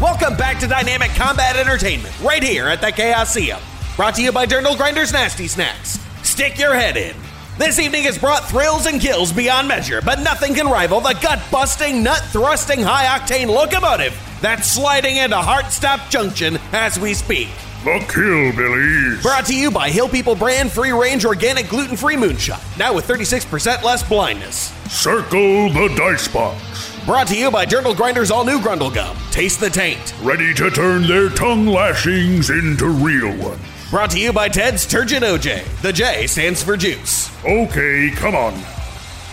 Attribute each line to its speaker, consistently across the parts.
Speaker 1: Welcome back to Dynamic Combat Entertainment, right here at the Chaosium. Brought to you by Dirndl Grinder's Nasty Snacks. Stick your head in. This evening has brought thrills and kills beyond measure, but nothing can rival the gut busting, nut thrusting, high octane locomotive that's sliding into Heart Stop Junction as we speak.
Speaker 2: The Kill Billies.
Speaker 1: Brought to you by Hill People brand free range organic gluten free moonshot, now with 36% less blindness.
Speaker 2: Circle the dice box.
Speaker 1: Brought to you by Dirndl Grinder's all new Grundle Gum. Taste the taint.
Speaker 2: Ready to turn their tongue lashings into real ones.
Speaker 1: Brought to you by Ted's Turgid OJ. The J stands for juice.
Speaker 2: Okay, come on now.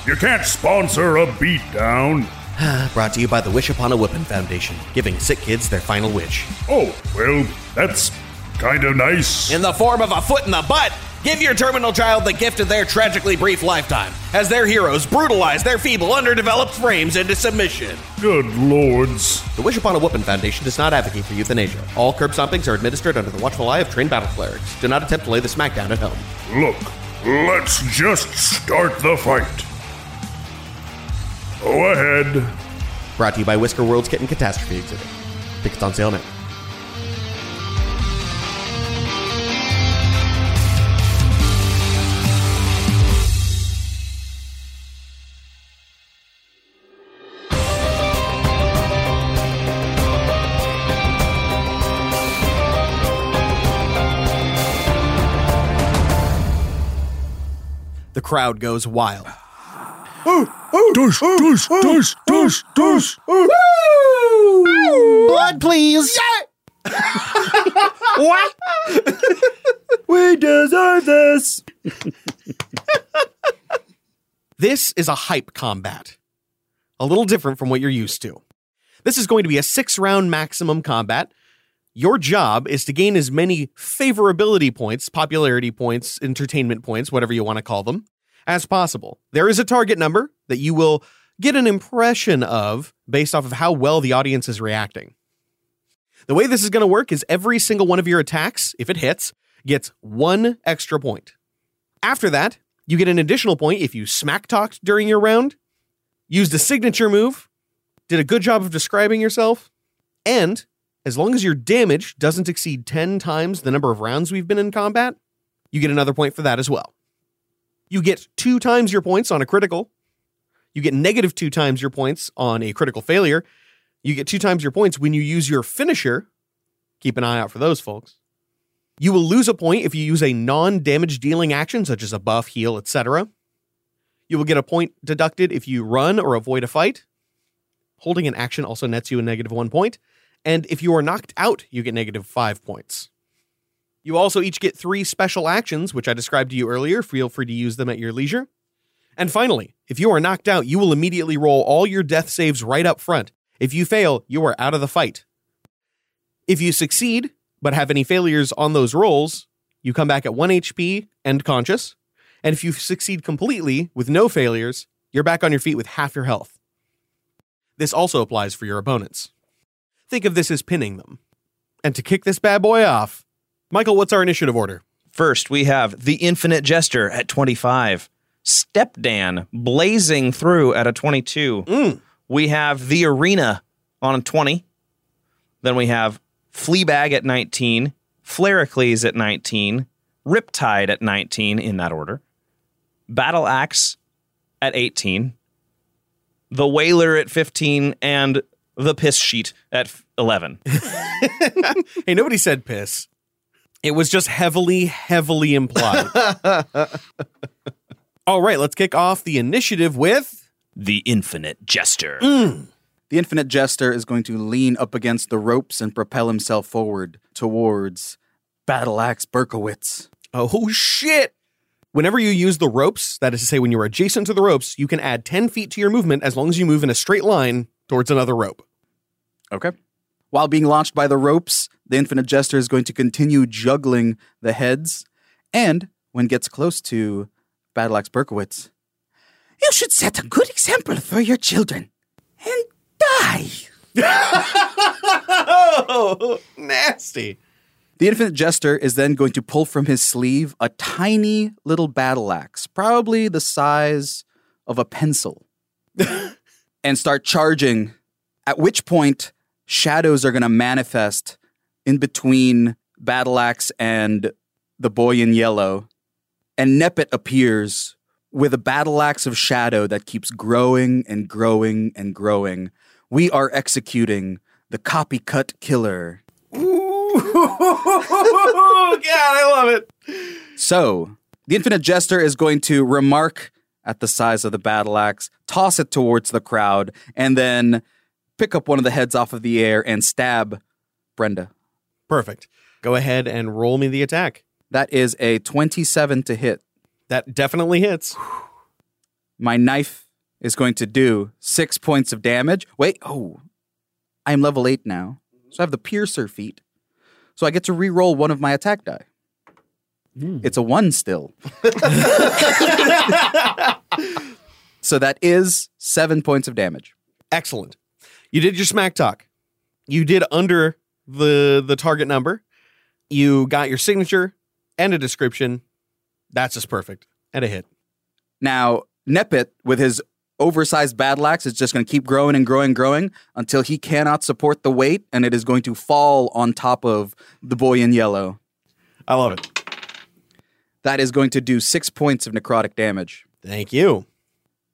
Speaker 2: You can't sponsor a beatdown.
Speaker 1: Brought to you by the Wish Upon a Whippin' Foundation, giving sick kids their final wish.
Speaker 2: Oh, well, that's kind of nice.
Speaker 1: In the form of a foot in the butt, give your terminal child the gift of their tragically brief lifetime as their heroes brutalize their feeble, underdeveloped frames into submission.
Speaker 2: Good lords.
Speaker 1: The Wish Upon a Whippin' Foundation does not advocate for euthanasia. All curb stompings are administered under the watchful eye of trained battle clerics. Do not attempt to lay the smackdown at home.
Speaker 2: Look, let's just start the fight. Go ahead.
Speaker 1: Brought to you by Whisker World's Kitten Catastrophe Exhibit. Tickets on sale now. The crowd goes wild.
Speaker 2: Dush, dush, dush, dush, dush.
Speaker 3: Blood, please.
Speaker 1: What?
Speaker 3: We deserve this.
Speaker 1: This is a hype combat. A little different from what you're used to. This is going to be a six round maximum combat. Your job is to gain as many favorability points, popularity points, entertainment points, whatever you want to call them, as possible. There is a target number that you will get an impression of based off of how well the audience is reacting. The way this is going to work is every single one of your attacks, if it hits, gets one extra point. After that, you get an additional point if you smack talked during your round, used a signature move, did a good job of describing yourself, and as long as your damage doesn't exceed 10 times the number of rounds we've been in combat, you get another point for that as well. You get two times your points on a critical. You get negative two times your points on a critical failure. You get two times your points when you use your finisher. Keep an eye out for those, folks. You will lose a point if you use a non damage dealing action, such as a buff, heal, etc. You will get a point deducted if you run or avoid a fight. Holding an action also nets you a negative one point. And if you are knocked out, you get negative five points. You also each get three special actions, which I described to you earlier. Feel free to use them at your leisure. And finally, if you are knocked out, you will immediately roll all your death saves right up front. If you fail, you are out of the fight. If you succeed, but have any failures on those rolls, you come back at 1 HP and conscious. And if you succeed completely with no failures, you're back on your feet with half your health. This also applies for your opponents. Think of this as pinning them. And to kick this bad boy off, Michael, what's our initiative order?
Speaker 4: First, we have the Infinite Jester at 25, Step Dan blazing through at a 22. We have The Arena on a 20. Then we have Fleabag at 19, Flericles at 19, Riptide at 19 in that order, Battle Axe at 18, The Whaler at 15, and The Piss Sheet at f- 11.
Speaker 1: Hey, nobody said piss. It was just heavily, heavily implied. All right, let's kick off the initiative with Mm.
Speaker 4: the Infinite Jester.
Speaker 3: The infinite jester is going to lean up against the ropes and propel himself forward towards Battle Axe Berkowitz.
Speaker 1: oh shit. Whenever you use the ropes, that is to say, when you're adjacent to the ropes, you can add 10 feet to your movement as long as you move in a straight line towards another rope.
Speaker 3: Okay. While being launched by the ropes, the infinite jester is going to continue juggling the heads, and when gets close to Battle Axe Berkowitz, you should set a good example for your children and die.
Speaker 1: Oh, nasty.
Speaker 3: The Infinite Jester is then going to pull from his sleeve a tiny little battle axe, probably the size of a pencil, and start charging. At which point, shadows are going to manifest in between Battle Axe and the boy in yellow. And Nepet appears with a battle axe of shadow that keeps growing and growing and growing. We are executing the copycut killer.
Speaker 1: Oh, God, I love it.
Speaker 3: So, the Infinite Jester is going to remark at the size of the battle axe, toss it towards the crowd, and then pick up one of the heads off of the air and stab Brenda.
Speaker 1: Perfect. Go ahead and roll me the attack.
Speaker 3: That is a 27 to hit.
Speaker 1: That definitely hits.
Speaker 3: My knife is going to do six points of damage. Wait, oh, I'm level eight now. So I have the piercer feat. So I get to re-roll one of my attack die. It's a one still. so that is seven points of damage.
Speaker 1: Excellent. You did your smack talk. You did under the the target number. You got your signature and a description. That's just perfect. And a hit.
Speaker 3: Now, Nepit, with his oversized battle axe, is just going to keep growing and growing and growing until he cannot support the weight and it is going to fall on top of the boy in yellow.
Speaker 1: I love it.
Speaker 3: That is going to do six points of necrotic damage.
Speaker 1: Thank you.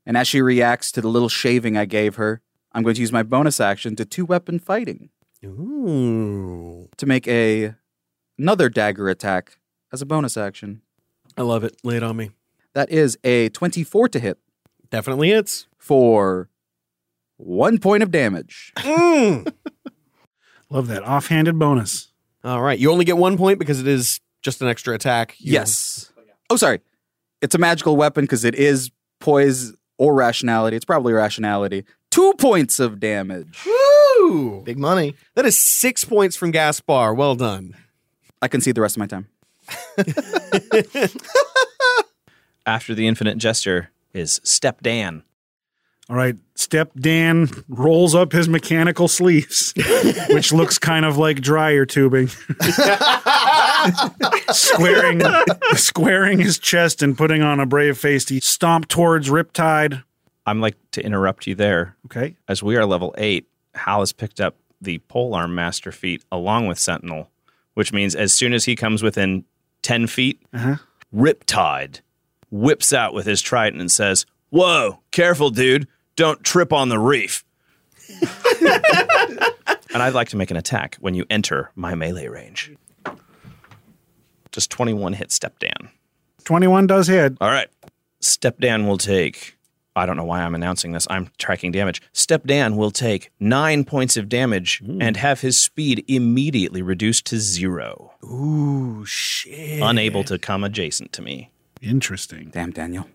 Speaker 3: And as she reacts to the little shaving I gave her, I'm going to use my bonus action to two weapon fighting
Speaker 1: Ooh.
Speaker 3: to make a another dagger attack as a bonus action.
Speaker 1: I love it. Lay it on me.
Speaker 3: That is a 24 to hit
Speaker 1: Definitely hits.
Speaker 3: for one point of damage.
Speaker 1: Mm.
Speaker 5: Love that offhanded bonus.
Speaker 1: All right. You only get one point because it is just an extra attack. You-
Speaker 3: Yes. Oh, sorry. It's a magical weapon because it is poise or rationality. It's probably rationality. Two points of damage.
Speaker 1: Woo!
Speaker 6: Big money.
Speaker 1: That is six points from Gaspar. Well done.
Speaker 3: I can see the rest of my time.
Speaker 4: After the Infinite Jester is Step Dan.
Speaker 5: All right, Step Dan rolls up his mechanical sleeves, which looks kind of like dryer tubing. squaring, squaring his chest and putting on a brave face, he stomped towards Riptide.
Speaker 4: I'm like to interrupt you there.
Speaker 5: Okay,
Speaker 4: As we are level eight, Hal has picked up the polearm master feat along with Sentinel, which means as soon as he comes within 10 feet,
Speaker 5: Uh-huh.
Speaker 4: Riptide whips out with his trident and says, Whoa, careful, dude. Don't trip on the reef. and I'd like to make an attack when you enter my melee range. Does 21 hit step down?
Speaker 5: 21 does hit.
Speaker 4: All right. Step Dan will take. I don't know why I'm announcing this. I'm tracking damage. Step Dan will take nine points of damage
Speaker 5: Hmm.
Speaker 4: and have his speed immediately reduced to zero. Ooh, shit. Unable to come adjacent to me.
Speaker 5: Interesting.
Speaker 3: Damn, Daniel.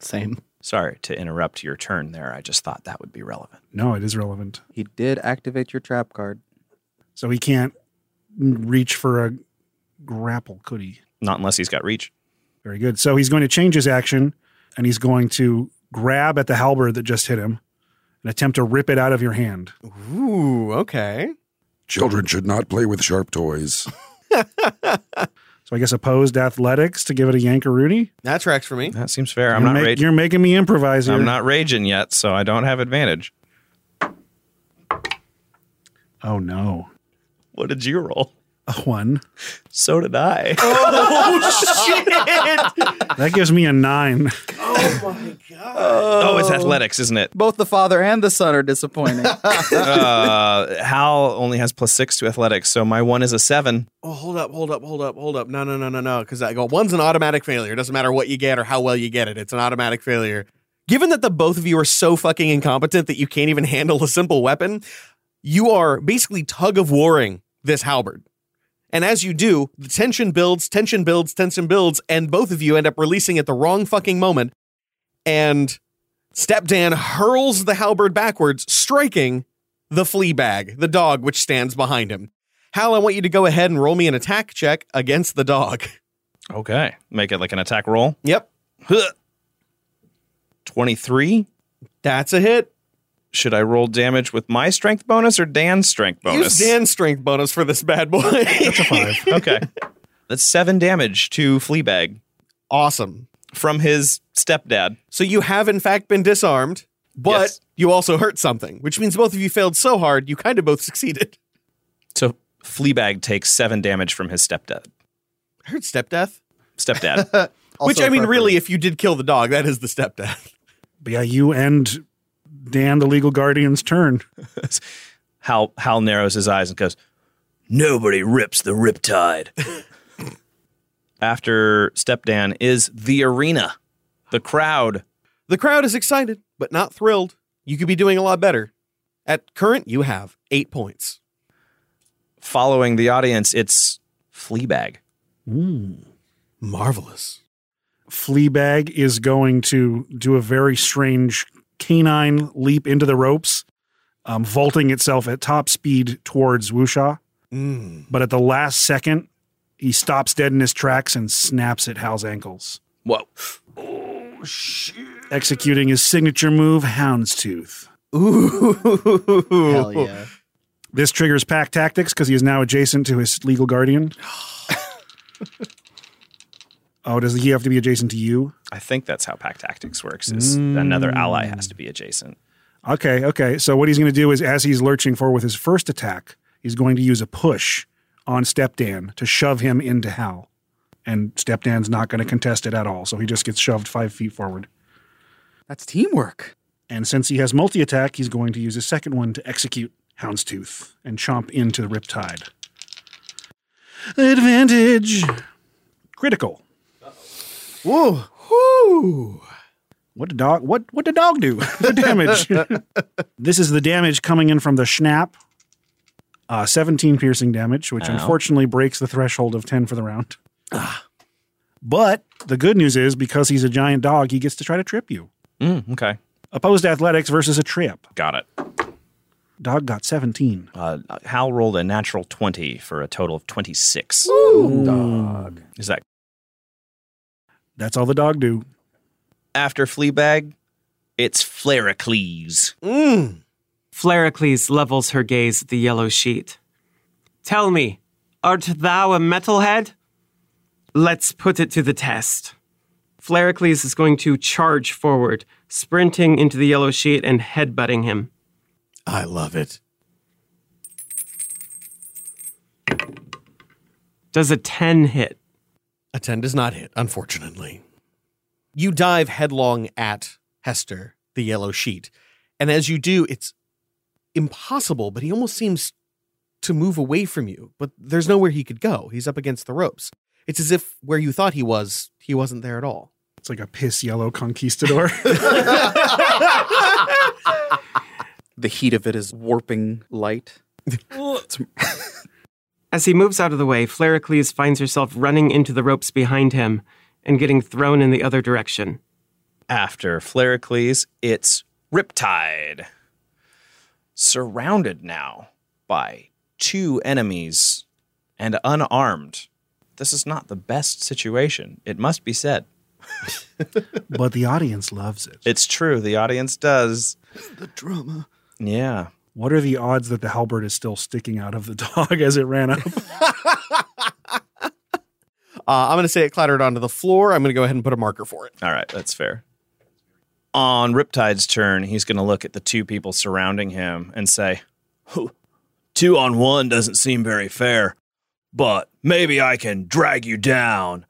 Speaker 6: Same.
Speaker 4: Sorry to interrupt your turn there. I just thought that would be relevant.
Speaker 5: No, it is relevant.
Speaker 3: He did activate your trap card.
Speaker 5: So he can't reach for a grapple, could he?
Speaker 4: Not unless he's got reach.
Speaker 5: Very good. So he's going to change his action and he's going to grab at the halberd that just hit him and attempt to rip it out of your hand.
Speaker 1: Ooh, okay.
Speaker 7: Children should not play with sharp toys.
Speaker 5: So I guess opposed athletics to give it a Yankaroonie.
Speaker 1: That tracks for me.
Speaker 4: That seems fair. I'm
Speaker 5: you're,
Speaker 4: not
Speaker 5: make-
Speaker 4: raging.
Speaker 5: you're making me improvise here.
Speaker 4: I'm not raging yet, so I don't have advantage.
Speaker 5: Oh no,
Speaker 4: What did you roll?
Speaker 5: a one.
Speaker 4: So did I.
Speaker 8: Oh.
Speaker 5: That gives me a nine.
Speaker 1: Uh,
Speaker 4: oh, it's athletics, isn't it?
Speaker 3: Both the father and the son are disappointing.
Speaker 4: Uh, Hal only has plus six to athletics, so my one is a seven.
Speaker 1: Oh, hold up, hold up, hold up, hold up. No, no, no, no, no. Because I go, one's an automatic failure. It doesn't matter what you get or how well you get it. It's an automatic failure. Given that the both of you are so fucking incompetent that you can't even handle a simple weapon, you are basically tug of warring this halberd. And as you do, the tension builds, tension builds, tension builds, and both of you end up releasing at the wrong fucking moment. And Step Dan hurls the halberd backwards, striking the flea bag, the dog which stands behind him. Hal, I want you to go ahead and roll me an attack check against the dog.
Speaker 4: Okay. Make it like an attack roll.
Speaker 1: Yep.
Speaker 4: 23.
Speaker 1: That's a hit.
Speaker 4: Should I roll damage with my strength bonus or Dan's strength bonus?
Speaker 1: Use Dan's strength bonus for this bad boy. That's a five.
Speaker 4: okay. That's seven damage to Fleabag
Speaker 1: awesome.
Speaker 4: from his stepdad.
Speaker 1: So you have, in fact, been disarmed, but
Speaker 4: Yes.
Speaker 1: you also hurt something, which means both of you failed so hard, you kind of both succeeded.
Speaker 4: So Fleabag takes seven damage from his stepdad.
Speaker 1: I heard step death.
Speaker 4: Stepdad.
Speaker 1: which, I mean, really, if you did kill the dog, that is the step death.
Speaker 5: But yeah, you and Dan, the legal guardian's turn.
Speaker 4: Hal, Hal narrows his eyes and goes, Nobody rips the riptide. After stepdan is the arena, the crowd.
Speaker 1: The crowd is excited, but not thrilled. You could be doing a lot better. At current, you have eight points.
Speaker 4: Following the audience, it's Fleabag.
Speaker 1: Marvelous.
Speaker 5: Fleabag is going to do a very strange canine leap into the ropes, um, vaulting itself at top speed towards Wusha. But at the last second, he stops dead in his tracks and snaps at Hal's ankles,
Speaker 4: Whoa.
Speaker 5: executing his signature move, Houndstooth.
Speaker 1: Ooh.
Speaker 6: Hell yeah.
Speaker 5: This triggers pack tactics because he is now adjacent to his legal guardian. oh, does he have to be adjacent to you?
Speaker 4: I think that's how pack tactics works. Is another ally has to be adjacent.
Speaker 5: Okay, okay. So what he's going to do is, as he's lurching forward with his first attack, he's going to use a push on Step Dan to shove him into Hal, and Step Dan's not going to contest it at all. So he just gets shoved five feet forward.
Speaker 3: That's teamwork.
Speaker 5: And since he has multi attack, he's going to use his second one to execute Houndstooth and chomp into the Riptide. Advantage. Critical.
Speaker 1: Whoa.
Speaker 5: What the dog? What what the dog do? the damage. this is the damage coming in from the schnapp. Uh, 17 piercing damage, which unfortunately breaks the threshold of 10 for the round. But the good news is because he's a giant dog, he gets to try to trip you.
Speaker 4: Mm, okay,
Speaker 5: Opposed athletics versus a trip.
Speaker 4: got it.
Speaker 5: Dog got 17.
Speaker 4: Uh, Hal rolled a natural twenty for a total of twenty six.
Speaker 3: Dog.
Speaker 4: Is that
Speaker 5: That's all the dog do.
Speaker 4: after Fleabag? It's Flericles.
Speaker 1: Mm.
Speaker 7: Flericles levels her gaze at the yellow sheet. Tell me, art thou a metalhead? Let's put it to the test. Flericles is going to charge forward, sprinting into the yellow sheet and headbutting him.
Speaker 1: I love it.
Speaker 7: Does a 10 hit?
Speaker 1: A 10 does not hit, unfortunately. You dive headlong at Hester, the yellow sheet. And as you do, it's impossible, but he almost seems to move away from you. But there's nowhere he could go. He's up against the ropes. It's as if where you thought he was, he wasn't there at all. Uh,
Speaker 5: It's like a piss yellow conquistador.
Speaker 3: The heat of it is warping light.
Speaker 7: As he moves out of the way, Flericles finds herself running into the ropes behind him and getting thrown in the other direction.
Speaker 4: After Flericles, it's Riptide. Surrounded now by two enemies and unarmed. This is not the best situation. It must be said.
Speaker 5: but the audience loves it.
Speaker 4: It's true. The audience does. The drama. Yeah.
Speaker 5: What are the odds that the halberd is still sticking out of the dog as it ran up?
Speaker 1: Uh, I'm going to say it clattered onto the floor. I'm going to go ahead and put a marker for it.
Speaker 4: All right, that's fair. On Riptide's turn, he's going to look at the two people surrounding him and say, "Whew, Two on one doesn't seem very fair, but maybe I can drag you down.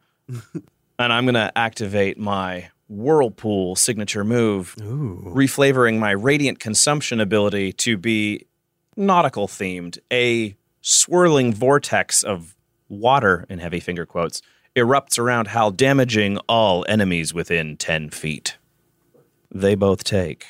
Speaker 4: and I'm going to activate my Whirlpool signature move, reflavoring my Radiant Consumption ability to be nautical themed, a swirling vortex of water, in heavy finger quotes, erupts around Hal, damaging all enemies within 10 feet. They both take.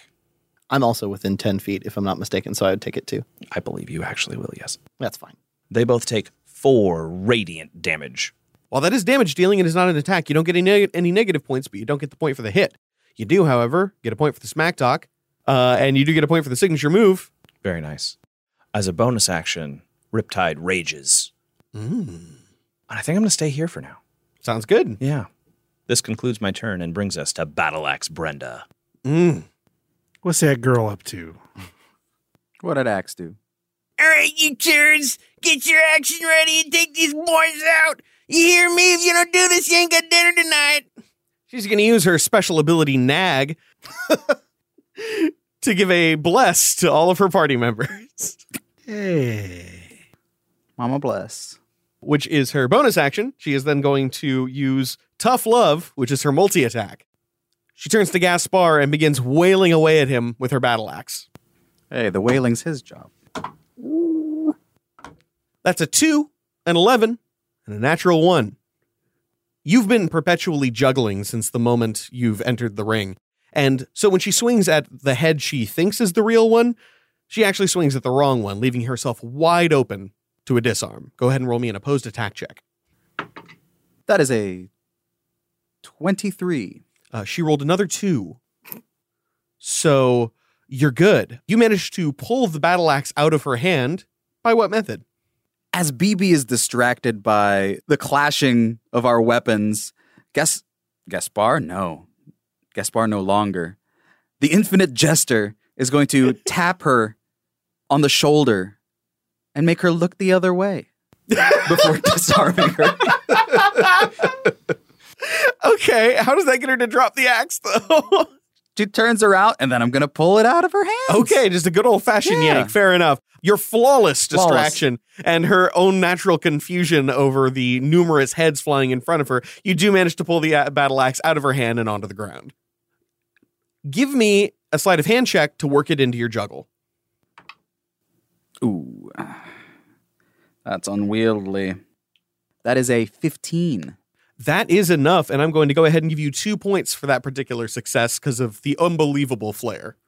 Speaker 6: I'm also within 10 feet, if I'm not mistaken, so I would take it too.
Speaker 4: I believe you actually will, yes.
Speaker 6: That's fine.
Speaker 4: They both take four radiant damage.
Speaker 1: While that is damage dealing and is not an attack, you don't get any, neg- any negative points, but you don't get the point for the hit. You do, however, get a point for the smack talk, uh, and you do get a point for the signature move.
Speaker 4: Very nice. As a bonus action, Riptide rages.
Speaker 6: Mm.
Speaker 4: And I think I'm going to stay here for now.
Speaker 1: Sounds good.
Speaker 4: Yeah. This concludes my turn and brings us to Battle Axe Brenda.
Speaker 1: Mm.
Speaker 5: What's that girl up to?
Speaker 3: What did Axe do?
Speaker 9: All right, you turds, get your action ready and take these boys out. You hear me? If you don't do this, you ain't got dinner tonight.
Speaker 1: She's going to use her special ability Nag to give a bless to all of her party members,
Speaker 5: Hey.
Speaker 3: Mama bless.
Speaker 1: which is her bonus action. She is then going to use Tough Love, which is her multi attack. She turns to Gaspar and begins wailing away at him with her battle axe.
Speaker 3: Hey, the wailing's his job.
Speaker 1: That's a 2, an 11, and a natural 1. You've been perpetually juggling since the moment you've entered the ring. And so when she swings at the head she thinks is the real one, she actually swings at the wrong one, leaving herself wide open to a disarm. Go ahead and roll me an opposed attack check.
Speaker 3: That is a 23.
Speaker 1: Uh, she rolled another 2. So you're good. You managed to pull the battle axe out of her hand. By what method?
Speaker 3: As BB is distracted by the clashing of our weapons, Gas- Gaspar? No. Gaspar no longer. The infinite jester is going to tap her on the shoulder and make her look the other way before disarming her.
Speaker 1: Okay, how does that get her to drop the axe though?
Speaker 3: She turns her out, and then I'm going to pull it out of her hand.
Speaker 1: Okay, just a good old fashioned
Speaker 3: Yeah.
Speaker 1: yank. Fair enough. Your flawless
Speaker 3: Flawless.
Speaker 1: distraction and her own natural confusion over the numerous heads flying in front of her, you do manage to pull the uh, battle axe out of her hand and onto the ground. Give me a sleight of hand check to work it into your juggle.
Speaker 3: Ooh. That's unwieldy. That is a 15.
Speaker 1: That is enough, and I'm going to go ahead and give you two points for that particular success because of the unbelievable flair.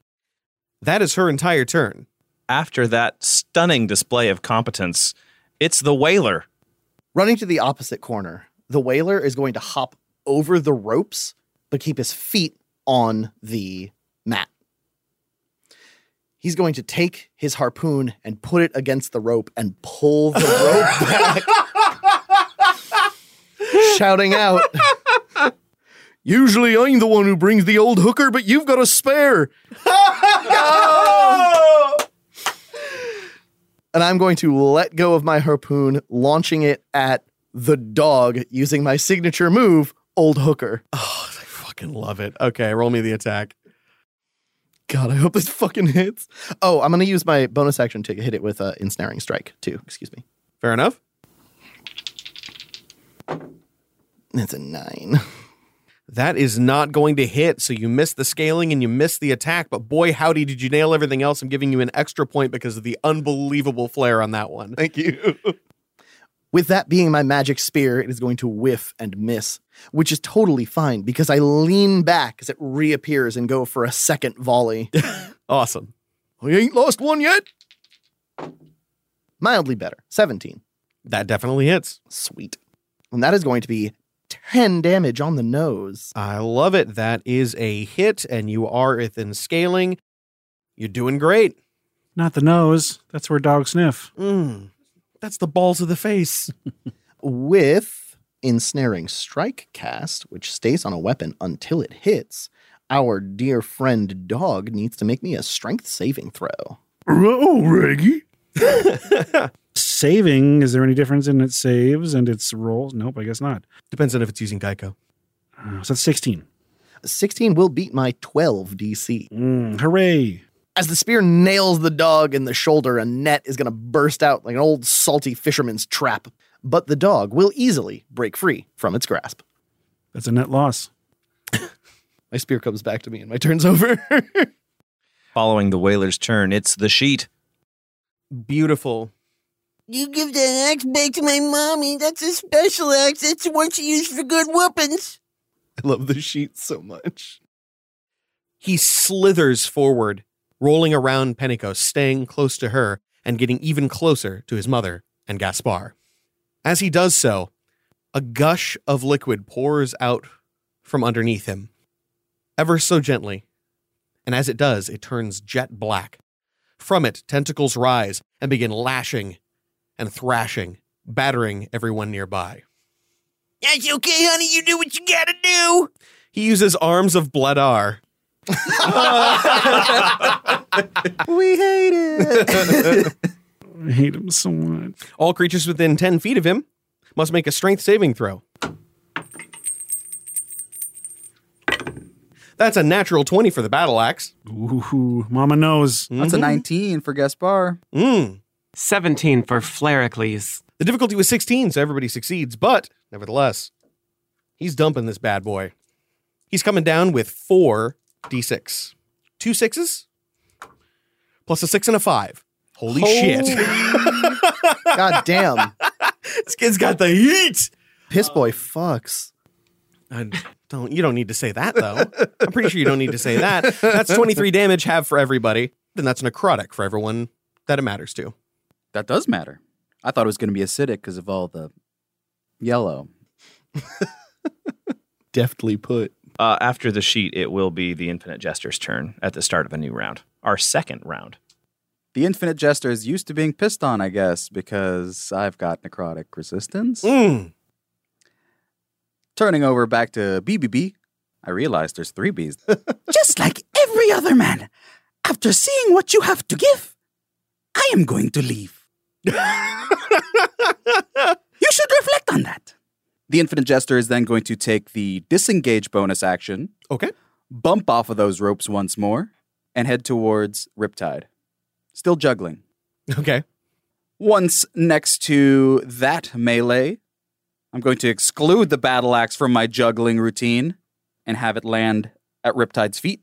Speaker 1: That is her entire turn.
Speaker 4: After that stunning display of competence, it's the Whaler.
Speaker 6: Running to the opposite corner, the whaler is going to hop over the ropes, but keep his feet on the mat. He's going to take his harpoon and put it against the rope and pull the rope back, shouting out, Usually I'm the one who brings the old hooker, but you've got a spare.
Speaker 9: Oh.
Speaker 6: and I'm going to let go of my harpoon, launching it at the dog using my signature move, Old Hooker.
Speaker 1: Oh, I fucking love it. Okay, roll me the attack.
Speaker 6: God, I hope this fucking hits. Oh, I'm going to use my bonus action to hit it with uh, Ensnaring Strike, too. Excuse me.
Speaker 1: Fair enough.
Speaker 6: That's a nine.
Speaker 1: That is not going to hit. So you miss the scaling and you miss the attack. But boy, howdy, did you nail everything else? I'm giving you an extra point because of the unbelievable flair on that one.
Speaker 6: Thank you. With that being my magic spear, it is going to whiff and miss, which is totally fine because I lean back as it reappears and go for a second volley.
Speaker 1: Awesome.
Speaker 6: I ain't lost one yet. Mildly better. 17.
Speaker 1: That definitely hits.
Speaker 6: Sweet. And that is going to be 10 damage on the nose.
Speaker 1: I love it. That is a hit, and you are within scaling. You're doing great.
Speaker 5: Not the nose. That's where dogs sniff.
Speaker 1: Mm, that's the balls of the face.
Speaker 6: With Ensnaring Strike cast, which stays on a weapon until it hits, our dear friend dog needs to make me a strength saving throw.
Speaker 2: Oh, Reggie.
Speaker 5: saving. Is there any difference in its saves and its rolls? Nope, I guess not.
Speaker 1: Depends on if it's using Geico.
Speaker 5: Uh, so that's 16.
Speaker 6: 16 will beat my 12 DC.
Speaker 5: Mm, hooray.
Speaker 6: As the spear nails the dog in the shoulder, a net is going to burst out like an old salty fisherman's trap. But the dog will easily break free from its grasp.
Speaker 5: That's a net loss.
Speaker 6: My spear comes back to me and my turn's over.
Speaker 4: Following the whaler's turn, it's the sheet.
Speaker 1: Beautiful.
Speaker 9: You give that axe back to my mommy. That's a special axe. That's the one she used for good whoopings.
Speaker 6: I love the sheet so much.
Speaker 1: He slithers forward, rolling around Penico, staying close to her and getting even closer to his mother and Gaspar. As he does so, a gush of liquid pours out from underneath him, ever so gently. And as it does, it turns jet black. From it, tentacles rise and begin lashing and thrashing, battering everyone nearby.
Speaker 9: That's okay, honey. You do what you gotta do.
Speaker 1: He uses arms of Bledar.
Speaker 6: We hate it.
Speaker 5: I hate him so much.
Speaker 1: All creatures within 10 feet of him must make a strength saving throw. That's a natural 20 for the battle axe. Mm-hmm.
Speaker 5: Ooh, Mama knows.
Speaker 3: That's a 19 for Gaspar.
Speaker 1: Mm.
Speaker 7: 17 for Flericles.
Speaker 1: The difficulty was 16, so everybody succeeds, but nevertheless, he's dumping this bad boy. He's coming down with four d6. Two sixes, plus a six and a five. Holy, shit.
Speaker 6: God damn.
Speaker 1: this kid's got the heat.
Speaker 6: Piss boy fucks.
Speaker 1: I don't you don't need to say that though. I'm pretty sure you don't need to say that. That's 23 damage have for everybody. Then that's necrotic for everyone that it matters to.
Speaker 3: That does matter. I thought it was going to be acidic because of all the yellow.
Speaker 6: Deftly put.
Speaker 4: Uh, after the sheet, it will be the Infinite Jester's turn at the start of a new round, our second round.
Speaker 3: The Infinite Jester is used to being pissed on, I guess, because I've got necrotic resistance.
Speaker 1: Mm.
Speaker 3: Turning over back to BBB, I realize there's three Bs. Just like every other man, after seeing what you have to give, I am going to leave. you should reflect on that. The Infinite Jester is then going to take the disengage bonus action,
Speaker 1: Okay.
Speaker 3: bump off of those ropes once more, and head towards Riptide. Still juggling.
Speaker 1: Okay.
Speaker 3: Once next to that melee, I'm going to exclude the battle axe from my juggling routine and have it land at Riptide's feet.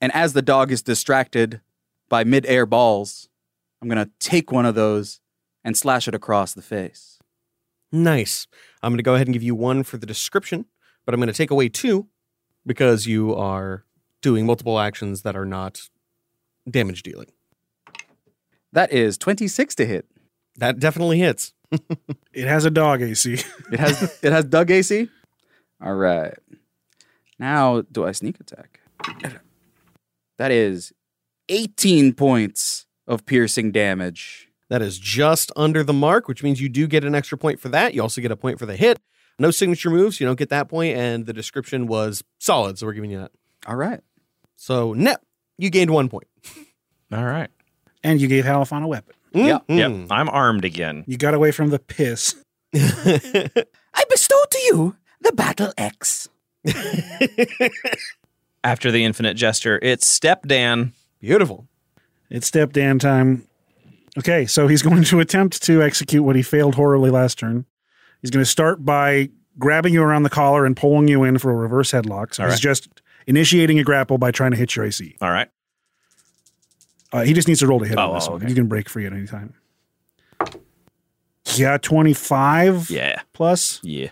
Speaker 3: And as the dog is distracted by mid-air balls, I'm going to take one of those and slash it across the face.
Speaker 1: Nice. I'm going to go ahead and give you one for the description, but I'm going to take away two because you are doing multiple actions that are not damage dealing.
Speaker 3: That is 26 to hit.
Speaker 1: That definitely hits.
Speaker 5: It has a dog AC.
Speaker 3: It has it has Doug AC. All right. Now do I sneak attack? That is 18 points of piercing damage.
Speaker 1: That is just under the mark, which means you do get an extra point for that. You also get a point for the hit. No signature moves, you don't get that point, and the description was solid, so we're giving you that.
Speaker 3: All right.
Speaker 1: So net, you gained one point.
Speaker 4: All right.
Speaker 5: and you gave Halifon a weapon.
Speaker 4: Mm-hmm.
Speaker 1: Yeah.
Speaker 5: Mm-hmm.
Speaker 4: Yep. I'm armed again.
Speaker 5: You got away from the piss.
Speaker 3: I bestow to you the battle X.
Speaker 4: After the Infinite Jester, it's Step Dan.
Speaker 1: Beautiful.
Speaker 5: It's step down time. Okay, so he's going to attempt to execute what he failed horribly last turn. He's going to start by grabbing you around the collar and pulling you in for a reverse headlock. So
Speaker 4: All
Speaker 5: he's
Speaker 4: right.
Speaker 5: just initiating a grapple by trying to hit your AC.
Speaker 4: All right.
Speaker 5: Uh, he just needs to roll to hit on
Speaker 4: Oh,
Speaker 5: this
Speaker 4: oh,
Speaker 5: one.
Speaker 4: okay.
Speaker 5: You can break free at any time. Yeah, 25
Speaker 4: Yeah.
Speaker 5: plus.
Speaker 4: Yeah.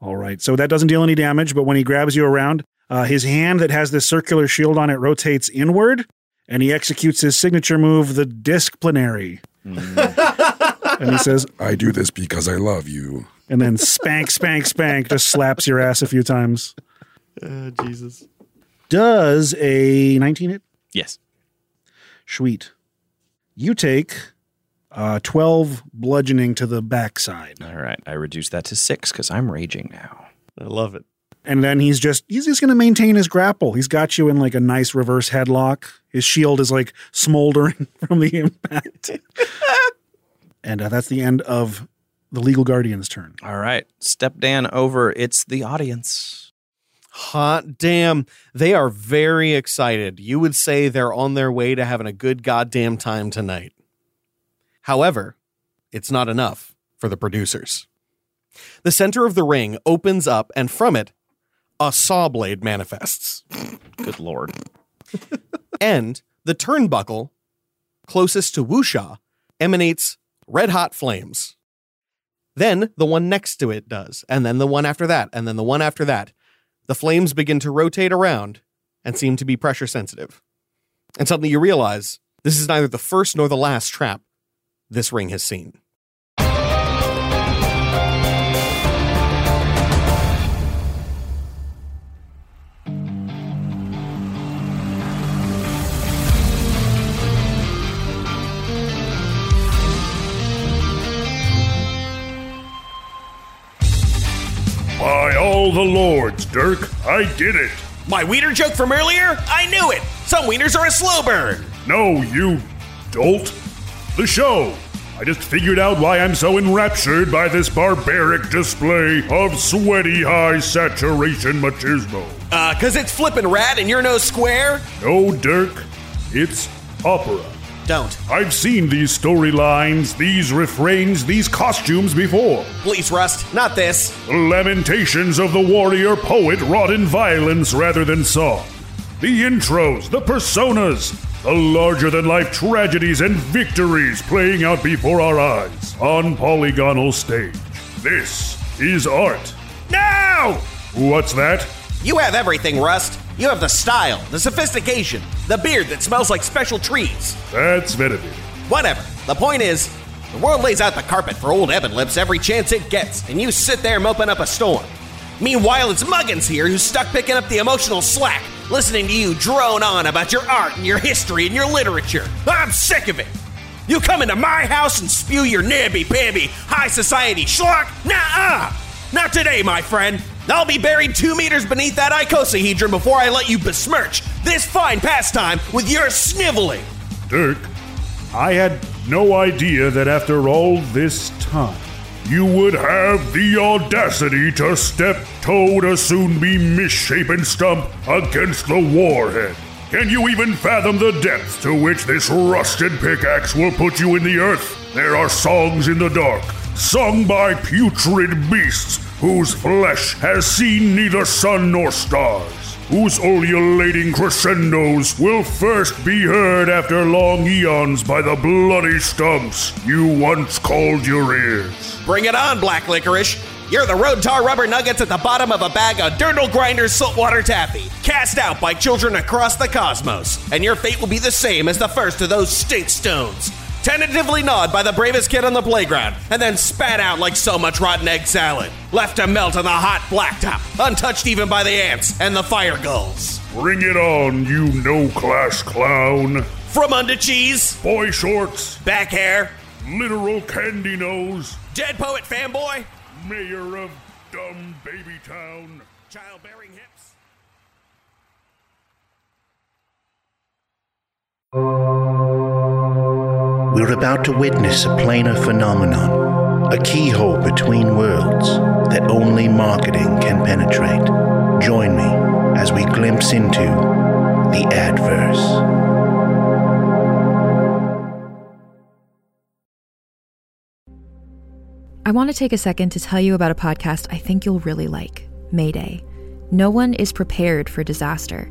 Speaker 5: All right. So that doesn't deal any damage, but when he grabs you around, uh, his hand that has this circular shield on it rotates inward, and he executes his signature move, the disciplinary. and he says,
Speaker 10: I do this because I love you.
Speaker 5: and then spank, spank, spank, just slaps your ass a few times. Oh,
Speaker 1: Jesus.
Speaker 5: Does a 19 hit?
Speaker 4: Yes.
Speaker 5: Sweet. You take uh, 12 bludgeoning to the backside.
Speaker 4: All right. I reduce that to six because I'm raging now.
Speaker 1: I love it.
Speaker 5: and then he's just he's just going to maintain his grapple. He's got you in like a nice reverse headlock. His shield is like smoldering from the impact. And uh, that's the end of the legal guardian's turn.
Speaker 4: All right. Step Dan over. It's the audience.
Speaker 1: Hot damn. They are very excited. You would say they're on their way to having a good goddamn time tonight. However, it's not enough for the producers. The center of the ring opens up, and from it, a saw blade manifests.
Speaker 4: Good lord.
Speaker 1: and the turnbuckle closest to Wusha emanates red hot flames. Then the one next to it does, and then the one after that, and then the one after that. The flames begin to rotate around and seem to be pressure sensitive. And suddenly you realize this is neither the first nor the last trap this ring has seen.
Speaker 2: By all the lords, Dirk, I did it.
Speaker 9: My wiener joke from earlier? I knew it! Some wieners are a slow burn!
Speaker 2: No, you dolt. The show. I just figured out why I'm so enraptured by this barbaric display of sweaty high saturation machismo.
Speaker 9: Uh, cause it's flippin' rad and you're no square?
Speaker 2: No, Dirk, it's opera.
Speaker 1: Don't.
Speaker 2: I've seen these storylines, these refrains, these costumes before.
Speaker 1: Please, Rust, not this.
Speaker 2: Lamentations of the warrior poet wrought in violence rather than song. The intros, the personas, the larger than life tragedies and victories playing out before our eyes on polygonal stage. This is art.
Speaker 9: No!
Speaker 2: What's that?
Speaker 9: You have everything, Rust. You have the style, the sophistication, the beard that smells like special trees.
Speaker 2: That's Venovid.
Speaker 9: Whatever. The point is, the world lays out the carpet for old Evan Lips every chance it gets, and you sit there moping up a storm. Meanwhile, it's Muggins here who's stuck picking up the emotional slack, listening to you drone on about your art and your history and your literature. I'm sick of it. You come into my house and spew your namby-pamby high society schlock? Nah-uh! Not today, my friend. I'll be buried two meters beneath that icosahedron before I let you besmirch this fine pastime with your sniveling.
Speaker 2: Dirk, I had no idea that after all this time, you would have the audacity to step toe to soon be misshapen stump against the warhead. Can you even fathom the depths to which this rusted pickaxe will put you in the earth? There are songs in the dark, sung by putrid beasts whose flesh has seen neither sun nor stars whose ululating crescendos will first be heard after long eons by the bloody stumps you once called your ears.
Speaker 9: Bring it on, Black Licorice. You're the road tar rubber nuggets at the bottom of a bag of dirtle grinders saltwater taffy, cast out by children across the cosmos. And your fate will be the same as the first of those stink stones. Tentatively gnawed by the bravest kid on the playground, and then spat out like so much rotten egg salad, left to melt on the hot blacktop, untouched even by the ants and the fire gulls.
Speaker 2: Bring it on, you no class clown.
Speaker 9: From under cheese,
Speaker 2: Boy shorts,
Speaker 9: back hair,
Speaker 2: literal candy nose,
Speaker 9: dead poet fanboy,
Speaker 2: mayor of dumb baby town.
Speaker 9: childbearing hips.
Speaker 11: We're about to witness a planar phenomenon, a keyhole between worlds that only marketing can penetrate. Join me as we glimpse into the adverse.
Speaker 12: I want to take a second to tell you about a podcast I think you'll really like Mayday. No one is prepared for disaster.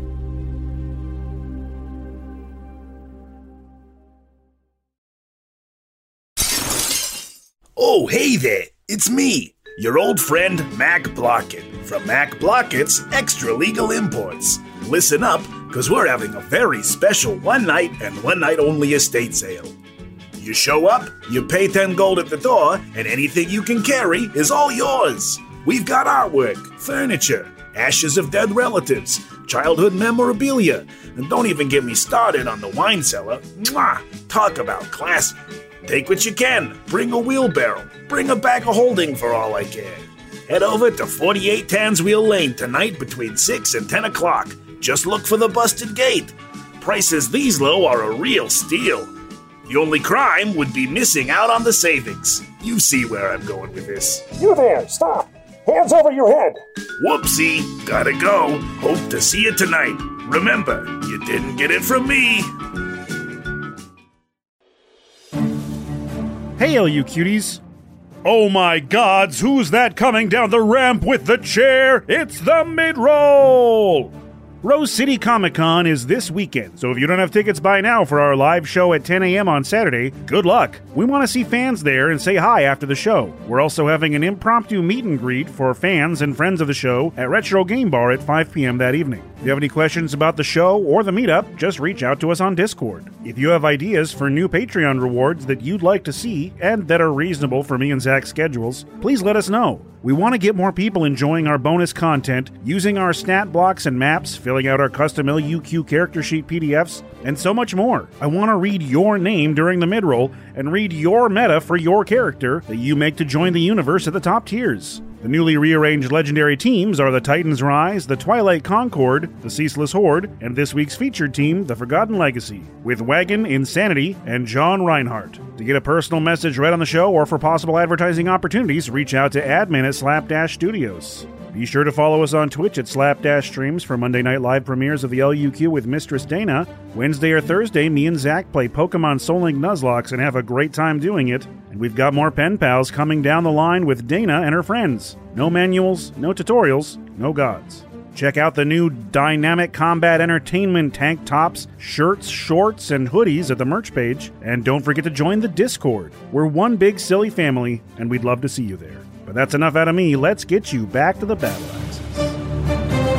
Speaker 13: Oh, hey there! It's me, your old friend Mac Blockett from Mac Blockett's Extra Legal Imports. Listen up, because we're having a very special one night and one night only estate sale. You show up, you pay 10 gold at the door, and anything you can carry is all yours. We've got artwork, furniture, ashes of dead relatives, childhood memorabilia, and don't even get me started on the wine cellar. Mwah! Talk about classy. Take what you can, bring a wheelbarrow, bring a bag of holding for all I care. Head over to 48 Tanswheel Lane tonight between 6 and 10 o'clock. Just look for the busted gate. Prices these low are a real steal. The only crime would be missing out on the savings. You see where I'm going with this.
Speaker 2: You there, stop! Hands over your head!
Speaker 13: Whoopsie, gotta go. Hope to see you tonight. Remember, you didn't get it from me.
Speaker 5: Hey, all you cuties.
Speaker 2: Oh my gods, who's that coming down the ramp with the chair? It's the mid roll!
Speaker 5: Rose City Comic Con is this weekend, so if you don't have tickets by now for our live show at 10 a.m. on Saturday, good luck. We want to see fans there and say hi after the show. We're also having an impromptu meet and greet for fans and friends of the show at Retro Game Bar at 5 p.m. that evening. If you have any questions about the show or the meetup, just reach out to us on Discord. If you have ideas for new Patreon rewards that you'd like to see and that are reasonable for me and Zach's schedules, please let us know. We want to get more people enjoying our bonus content, using our stat blocks and maps, filling out our custom LUQ character sheet PDFs, and so much more. I want to read your name during the midroll and read your meta for your character that you make to join the universe at the top tiers. The newly rearranged legendary teams are the Titans Rise, the Twilight Concord, the Ceaseless Horde, and this week's featured team, the Forgotten Legacy, with Wagon, Insanity, and John Reinhardt. To get a personal message read on the show or for possible advertising opportunities, reach out to admin at Slapdash Studios. Be sure to follow us on Twitch at Slapdash Streams for Monday night live premieres of the LUQ with Mistress Dana. Wednesday or Thursday, me and Zach play Pokemon Soul Link Nuzlocke and have a great time doing it. And we've got more pen pals coming down the line with Dana and her friends. No manuals, no tutorials, no gods. Check out the new Dynamic Combat Entertainment tank tops, shirts, shorts, and hoodies at the merch page. And don't forget to join the Discord. We're one big silly family, and we'd love to see you there. But that's enough out of me. Let's get you back to the battle axes.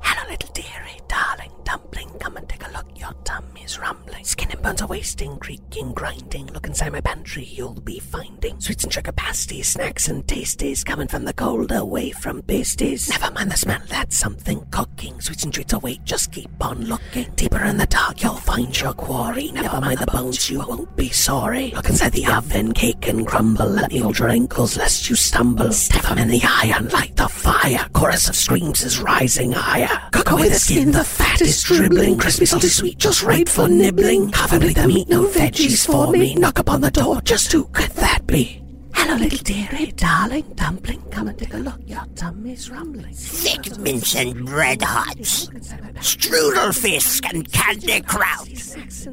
Speaker 14: Hello, little dearie, darling, dumpling. Come and take a look. Your tummy's rumbling. Skin and bones are wasting, creaking, grinding. Look inside my pantry, you'll be finding sweets and sugar pasties, snacks and tasties coming from the cold, away from pasties. Never mind the smell, that's something cooking. Sweets and treats await, just keep on looking. Deeper in the dark, you'll find your quarry. Never mind the bones, you won't be sorry. Look inside the oven, cake and crumble. Let me hold your ankles, lest you stumble. Step 'em in the eye and light the fire. Chorus of screams is rising higher. Cook away the skin, the fat is dribbling. Crispy, salty, sweet, just right for nibbling. Half and bleed the meat, no veggies for me. Knock upon the door, just who could that be?
Speaker 15: Hello, little dearie, darling, dumpling. Come and take a look. Your tummy's rumbling.
Speaker 14: Thick mints and bread hearts, strudel fisk and candy kraut,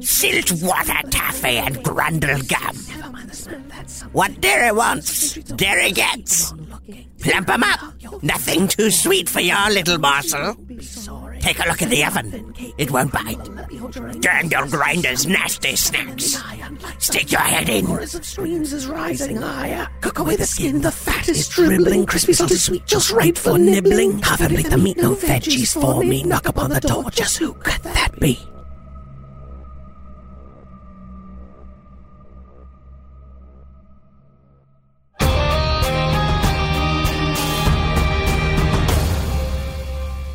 Speaker 14: silt water taffy and grundle gum. What dairy wants, dairy gets. Plump 'em up. Nothing too sweet for your little morsel. Take a look at the oven. It won't bite. Damn your grinder's nasty snacks. Stick your head in.
Speaker 15: Chorus of screams is rising higher.
Speaker 14: Cook away the skin, the fat is dribbling. Crispy, salty, sweet, just right for nibbling. Half and bleed the meat, no veggies for me. Knock upon the door, just who could that be?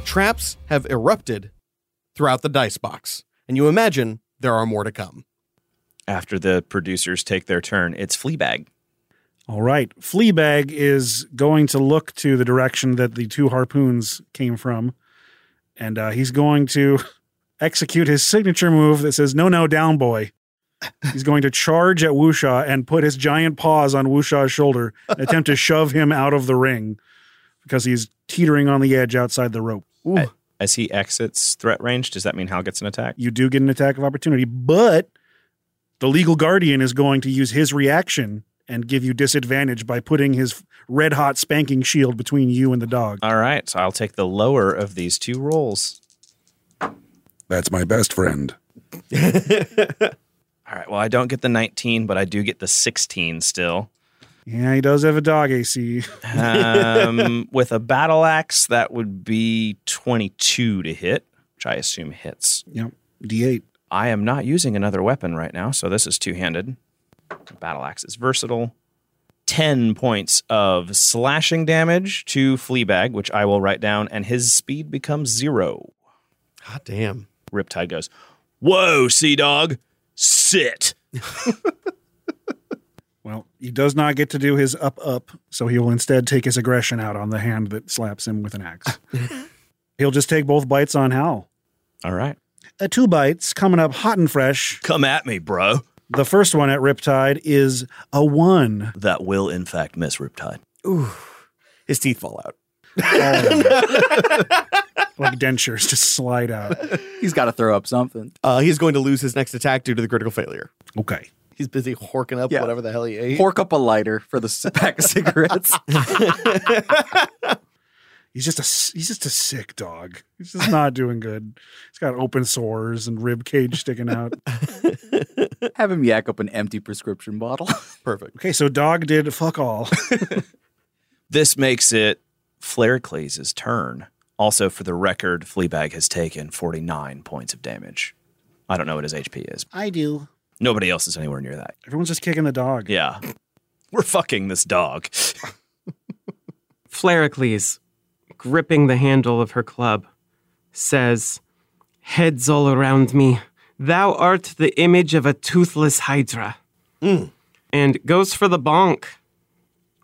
Speaker 1: Traps have erupted throughout the dice box, and you imagine there are more to come.
Speaker 4: After the producers take their turn, it's Fleabag.
Speaker 5: All right. Fleabag is going to look to the direction that the two harpoons came from, and uh, he's going to execute his signature move that says, No, no, down, boy. He's going to charge at Wusha and put his giant paws on Wusha's shoulder and attempt to shove him out of the ring because he's teetering on the edge outside the rope.
Speaker 4: A- As he exits threat range, does that mean Hal gets an attack?
Speaker 5: You do get an attack of opportunity, but the legal guardian is going to use his reaction and give you disadvantage by putting his red hot spanking shield between you and the dog.
Speaker 4: All right, so I'll take the lower of these two rolls.
Speaker 10: That's my best friend.
Speaker 4: All right, well, I don't get the 19, but I do get the 16 still.
Speaker 5: Yeah, he does have a dog AC.
Speaker 4: Um, with a battle axe, that would be 22 to hit, which I assume hits.
Speaker 5: Yep, D8.
Speaker 4: I am not using another weapon right now, so this is two handed. Battle axe is versatile. 10 points of slashing damage to Fleabag, which I will write down, and his speed becomes zero.
Speaker 1: God damn.
Speaker 4: Riptide goes, Whoa, Sea Dog, sit.
Speaker 5: Well, he does not get to do his up up, so he will instead take his aggression out on the hand that slaps him with an axe. He'll just take both bites on Hal.
Speaker 4: All right.
Speaker 5: Uh, two bites coming up hot and fresh.
Speaker 4: Come at me, bro.
Speaker 5: The first one at Riptide is a one.
Speaker 4: That will, in fact, miss Riptide.
Speaker 1: Ooh. His teeth fall out.
Speaker 5: like dentures just slide out.
Speaker 3: He's got to throw up something.
Speaker 1: Uh, he's going to lose his next attack due to the critical failure.
Speaker 5: Okay.
Speaker 6: He's busy horking up
Speaker 3: Yeah.
Speaker 6: whatever the hell he ate.
Speaker 3: Pork up a lighter for the s- pack of cigarettes.
Speaker 5: He's just a s- he's just a sick dog. He's just not doing good. He's got open sores and rib cage sticking out.
Speaker 3: Have him yak up an empty prescription bottle.
Speaker 1: Perfect.
Speaker 5: Okay, so dog did fuck all.
Speaker 4: This makes it Flericles' turn. Also, for the record, Fleabag has taken 49 points of damage. I don't know what his HP is.
Speaker 5: I do.
Speaker 4: Nobody else is anywhere near that.
Speaker 5: Everyone's just kicking the dog.
Speaker 4: Yeah. We're fucking this dog.
Speaker 7: Flericles, gripping the handle of her club, says, Heads all around me, thou art the image of a toothless hydra.
Speaker 1: Hmm.
Speaker 7: And goes for the bonk.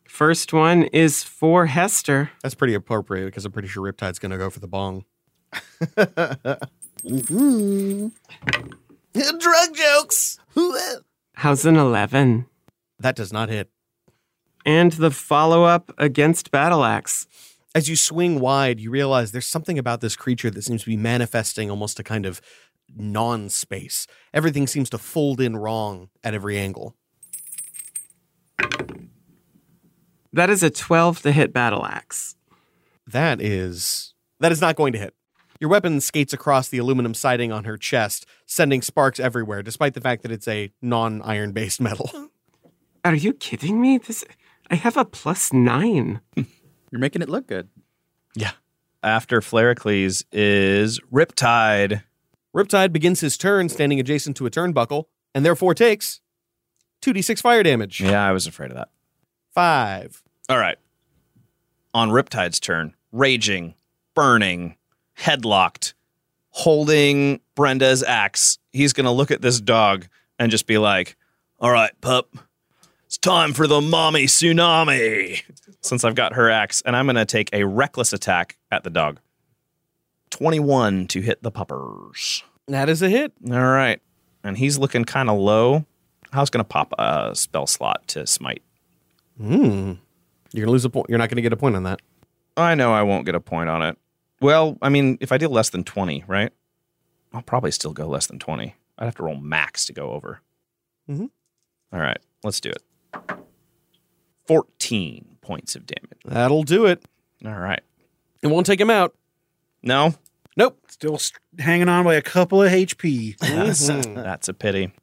Speaker 7: First one is for Hester.
Speaker 1: That's pretty appropriate because I'm pretty sure Riptide's going to go for the bong.
Speaker 9: Drug jokes.
Speaker 7: How's an 11?
Speaker 1: That does not hit.
Speaker 7: And the follow up against Battle Axe.
Speaker 1: As you swing wide, you realize there's something about this creature that seems to be manifesting almost a kind of non space. Everything seems to fold in wrong at every angle.
Speaker 7: That is a 12 to hit Battle Axe.
Speaker 1: That is. That is not going to hit. Your weapon skates across the aluminum siding on her chest, sending sparks everywhere, despite the fact that it's a non iron based metal.
Speaker 7: Are you kidding me? This I have a plus nine.
Speaker 3: You're making it look good.
Speaker 4: After Flericles is Riptide.
Speaker 1: Riptide begins his turn standing adjacent to a turnbuckle, and therefore takes 2d6 fire damage.
Speaker 4: Yeah, I was afraid of that.
Speaker 1: Five.
Speaker 4: All right. On Riptide's turn, raging, burning, headlocked, holding Brenda's axe, he's going to look at this dog and just be like, All right, pup, it's time for the mommy tsunami. Since I've got her axe, and I'm going to take a reckless attack at the dog. 21 to hit the puppers.
Speaker 1: That is a hit.
Speaker 4: All right. And he's looking kind of low. I was going to pop a spell slot to smite.
Speaker 1: Hmm. You're gonna lose a point. You're not gonna get a point on that.
Speaker 4: I know I won't get a point on it. Well, I mean, if I deal less than 20, right? I'll probably still go less than 20. I'd have to roll max to go over.
Speaker 1: Mhm.
Speaker 4: All right, let's do it. 14 points of damage.
Speaker 1: That'll do it.
Speaker 4: All right.
Speaker 1: It won't take him out.
Speaker 4: No?
Speaker 1: Nope.
Speaker 5: Still st- hanging on by a couple of HP.
Speaker 4: That's,
Speaker 1: Mm-hmm.
Speaker 4: that's a pity.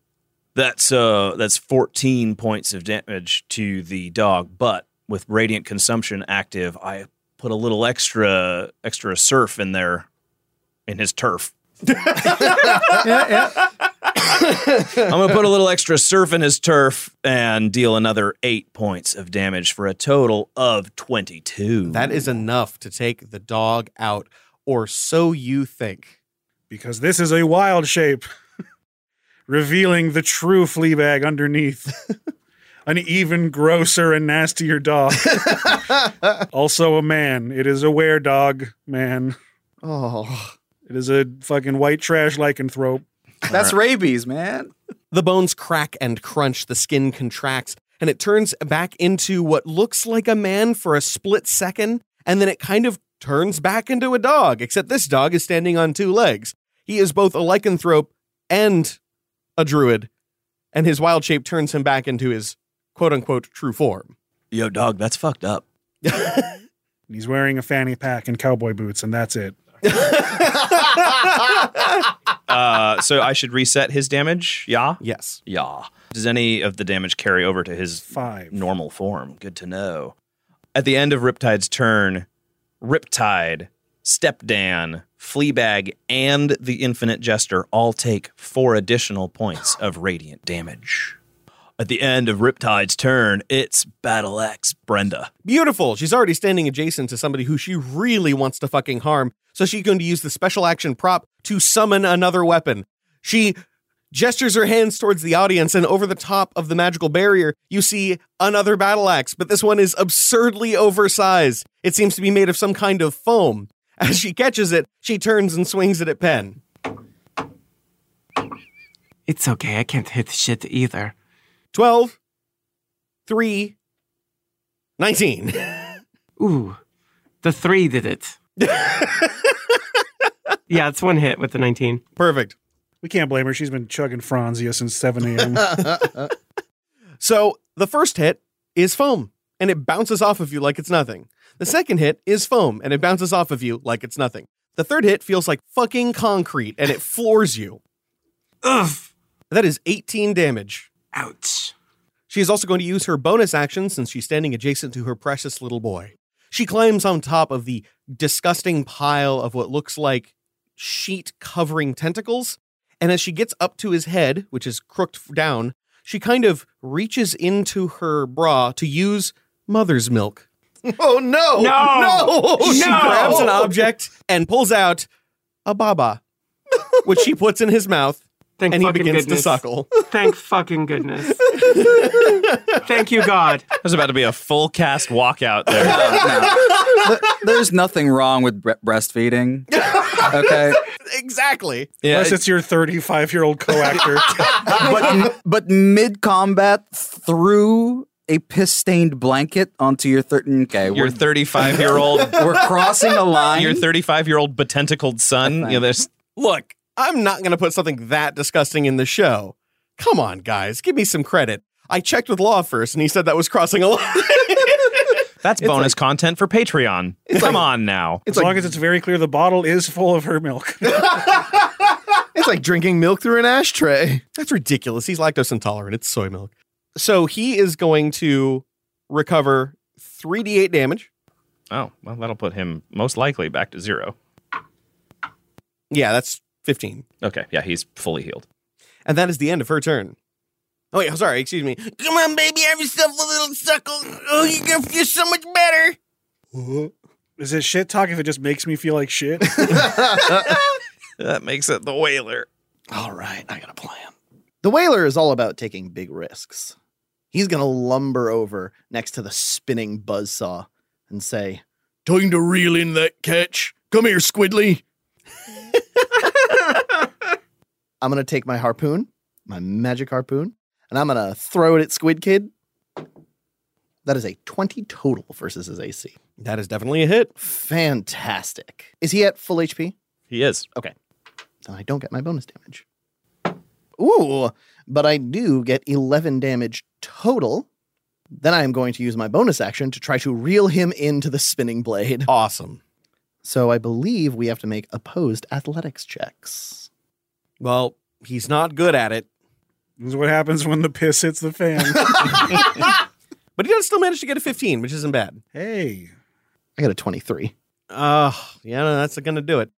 Speaker 4: That's uh that's 14 points of damage to the dog, but with radiant consumption active, I put a little extra extra surf in there in his turf. I'm gonna put a little extra surf in his turf and deal another eight points of damage for a total of 22.
Speaker 1: That is enough to take the dog out, or so you think.
Speaker 5: Because this is a wild shape, revealing the true flea bag underneath. An even grosser and nastier dog. also a man. It is a were dog man.
Speaker 6: Oh.
Speaker 5: It is a fucking white trash lycanthrope.
Speaker 3: That's rabies, man.
Speaker 1: The bones crack and crunch, the skin contracts, and it turns back into what looks like a man for a split second, and then it kind of turns back into a dog, except this dog is standing on two legs. He is both a lycanthrope and a druid, and his wild shape turns him back into his quote unquote true form.
Speaker 4: Yo, dog, that's fucked up.
Speaker 5: And He's wearing a fanny pack and cowboy boots, and that's it.
Speaker 4: Uh, so I should reset his damage. Yeah.
Speaker 1: Yes.
Speaker 4: Yeah. Does any of the damage carry over to his
Speaker 5: Five.
Speaker 4: normal form? Good to know. At the end of Riptide's turn, Riptide, Stepdan, Fleabag, and the Infinite Jester all take four additional points of radiant damage. At the end of Riptide's turn, it's Battle Axe Brenda.
Speaker 1: Beautiful. She's already standing adjacent to somebody who she really wants to fucking harm, so she's going to use the special action prop to summon another weapon. She gestures her hands towards the audience, and over the top of the magical barrier, you see another battle axe, but this one is absurdly oversized. It seems to be made of some kind of foam. As she catches it, she turns and swings it at Penn.
Speaker 7: It's okay, I can't hit shit either.
Speaker 1: 12, 3, 19.
Speaker 7: Ooh, the three did it. yeah, it's one hit with the 19.
Speaker 1: Perfect.
Speaker 5: We can't blame her. She's been chugging Franzia since 7 a.m.
Speaker 1: so the first hit is foam, and it bounces off of you like it's nothing. The second hit is foam, and it bounces off of you like it's nothing. The third hit feels like fucking concrete, and it floors you.
Speaker 7: Ugh.
Speaker 1: That is 18 damage.
Speaker 7: Ouch.
Speaker 1: She is also going to use her bonus action since she's standing adjacent to her precious little boy. She climbs on top of the disgusting pile of what looks like sheet covering tentacles, and as she gets up to his head, which is crooked f- down, she kind of reaches into her bra to use mother's milk. Oh no!
Speaker 9: No!
Speaker 1: She
Speaker 9: No!
Speaker 1: grabs an object and pulls out a baba, which she puts in his mouth,
Speaker 7: Thank
Speaker 1: and he
Speaker 7: fucking
Speaker 1: begins to
Speaker 7: goodness.
Speaker 1: suckle.
Speaker 7: Thank fucking goodness. Thank you, God.
Speaker 4: There's about to be a full cast walkout there.
Speaker 3: Th- There's nothing wrong with bre- breastfeeding. Okay.
Speaker 1: exactly.
Speaker 5: Unless it's your 35 year old co actor.
Speaker 3: but but mid combat threw a piss stained blanket onto your thirteen. Okay,
Speaker 4: Your
Speaker 3: we're
Speaker 4: 35 year old.
Speaker 3: We're crossing a line.
Speaker 4: Your 35 year old betentacled son. You know, there's
Speaker 1: Look, I'm not going to put something that disgusting in the show. Come on, guys, give me some credit. I checked with Law first, and he said that was crossing a line.
Speaker 4: that's bonus content for Patreon. Come on now.
Speaker 5: as long as it's very clear the bottle is full of her milk.
Speaker 6: It's like drinking milk through an ashtray.
Speaker 1: That's ridiculous. He's lactose intolerant. It's soy milk. So he is going to recover 3d8 damage.
Speaker 4: Oh, well, that'll put him most likely back to zero.
Speaker 1: Yeah, that's 15.
Speaker 4: Okay. Yeah, he's fully healed.
Speaker 1: And that is the end of her turn. Oh, wait, I'm sorry. Excuse me.
Speaker 9: Come on, baby, have yourself a little suckle. Oh, you're gonna feel so much better.
Speaker 5: Is it shit talk if it just makes me feel like shit?
Speaker 4: That makes it the whaler.
Speaker 6: All right, I got a plan. The whaler is all about taking big risks. He's going to lumber over next to the spinning buzzsaw and say, Time to reel in that catch. Come here, Squidly. I'm going to take my harpoon, my magic harpoon, and I'm going to throw it at Squid Kid. That is a 20 total versus his AC.
Speaker 1: That is definitely a hit.
Speaker 6: Fantastic. Is he at full HP?
Speaker 4: He is.
Speaker 1: Okay.
Speaker 6: Then I don't get my bonus damage. Ooh, but I do get 11 damage total. Then I am going to use my bonus action to try to reel him into the spinning blade.
Speaker 1: Awesome.
Speaker 6: So I believe we have to make opposed athletics checks.
Speaker 1: Well, he's not good at it,
Speaker 5: This is what happens when the piss hits the fan.
Speaker 1: but he does still manage to get a 15, which isn't bad.
Speaker 5: hey.
Speaker 6: I got a 23.
Speaker 1: Uh, yeah, no, that's going to do it.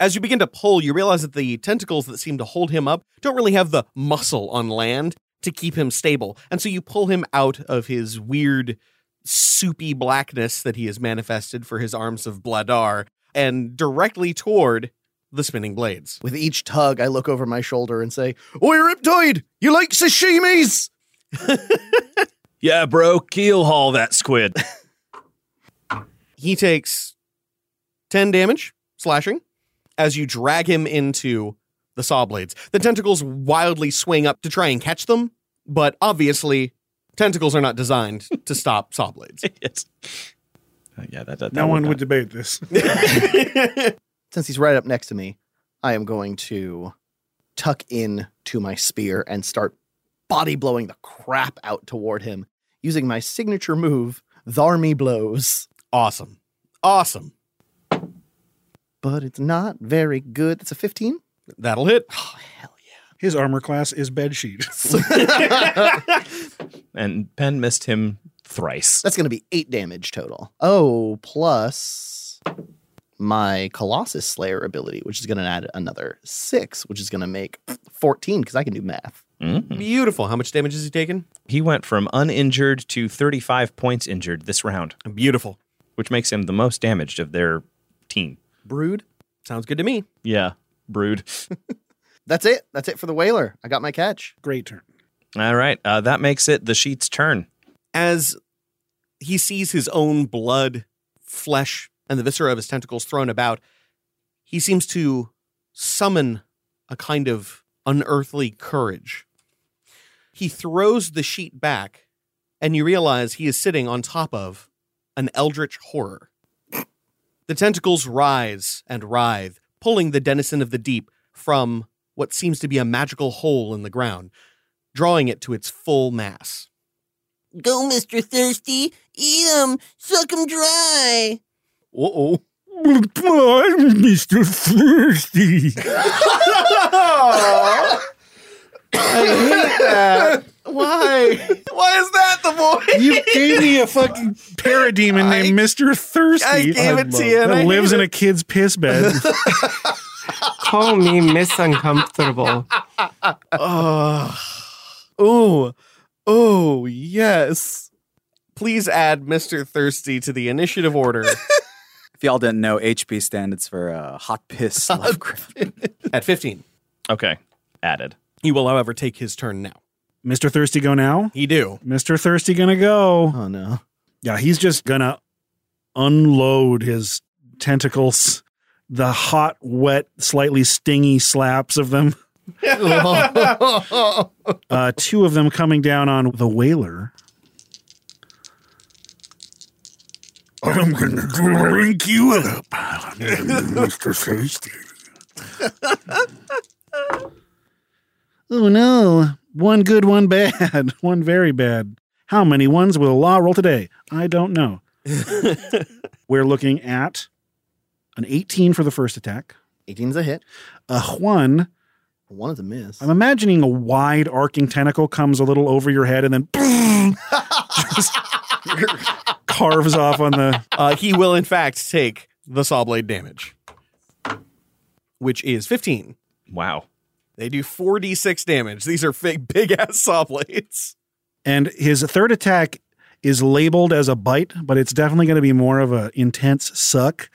Speaker 1: As you begin to pull, you realize that the tentacles that seem to hold him up don't really have the muscle on land to keep him stable. And so you pull him out of his weird, soupy blackness that he has manifested for his arms of Bladar and directly toward the spinning blades.
Speaker 6: With each tug, I look over my shoulder and say, Oi, Riptoid, you like sashimis?
Speaker 4: Yeah, bro, keel haul that squid.
Speaker 1: He takes 10 damage, slashing, as you drag him into the saw blades. The tentacles wildly swing up to try and catch them, but obviously, tentacles are not designed to stop saw blades.
Speaker 4: yes. Uh, yeah, that, that,
Speaker 5: No one would debate this.
Speaker 6: Since he's right up next to me, I am going to tuck in to my spear and start body blowing the crap out toward him using my signature move, Tharmy Blows.
Speaker 1: Awesome. Awesome.
Speaker 6: But it's not very good. It's a 15.
Speaker 1: That'll hit.
Speaker 4: Oh,
Speaker 5: His armor class is bedsheet.
Speaker 4: And Penn missed him thrice.
Speaker 6: That's going to be eight damage total. Oh, plus my Colossus Slayer ability, which is going to add another six, which is going to make 14 because I can do math.
Speaker 1: Beautiful. How much damage has he taken?
Speaker 4: Mm-hmm. He went from uninjured to 35 points injured this round.
Speaker 1: Beautiful.
Speaker 4: Which makes him the most damaged of their team.
Speaker 1: Brood. Sounds good to me.
Speaker 4: Yeah. Brood.
Speaker 6: That's it. That's it for the whaler. I got my catch.
Speaker 5: Great turn.
Speaker 4: All right. Uh, that makes it the sheet's turn.
Speaker 1: As he sees his own blood, flesh, and the viscera of his tentacles thrown about, he seems to summon a kind of unearthly courage. He throws the sheet back, and you realize he is sitting on top of an eldritch horror. The tentacles rise and writhe, pulling the denizen of the deep from what seems to be a magical hole in the ground, drawing it to its full mass.
Speaker 8: Go, Mr. Thirsty. Eat 'em. Suck 'em dry.
Speaker 1: Uh oh.
Speaker 16: I'm Mr. Thirsty.
Speaker 8: hate that.
Speaker 1: Why? Why is that the voice?
Speaker 5: You gave me a fucking parademon named Mr. Thirsty.
Speaker 8: I gave it to
Speaker 5: love-
Speaker 8: you and
Speaker 5: That
Speaker 8: I
Speaker 5: lives
Speaker 8: gave
Speaker 5: in a kid's piss bed.
Speaker 7: Call me Miss Uncomfortable.
Speaker 1: oh, oh, yes. Please add Mr. Thirsty to the initiative order
Speaker 3: If y'all didn't know, HP stands for uh, hot piss. Lovecraft.
Speaker 1: at 15.
Speaker 4: Okay. Added.
Speaker 1: He will, however, take his turn now.
Speaker 5: Mr. Thirsty go now?
Speaker 1: He do.
Speaker 5: Mr. Thirsty gonna go.
Speaker 6: Oh no.
Speaker 5: Yeah, he's just gonna unload his tentacles, the hot, wet, slightly stingy slaps of them. Uh, two of them coming down on the whaler.
Speaker 10: I'm gonna drink you up, Mr. Thirsty.
Speaker 5: Oh no. One good, one bad, one very bad. How many ones will law roll today? I don't know. We're looking at an 18 for the first attack.
Speaker 6: 18's a hit.
Speaker 5: A one.
Speaker 6: One is a miss.
Speaker 5: I'm imagining a wide arcing tentacle comes a little over your head and then boom, just carves off on the.
Speaker 1: Uh, he will, in fact, take the saw blade damage, which is 15.
Speaker 4: Wow.
Speaker 1: They do 4d6 damage. These are big, big ass saw blades.
Speaker 5: And his third attack is labeled as a bite, but it's definitely going to be more of an intense suck.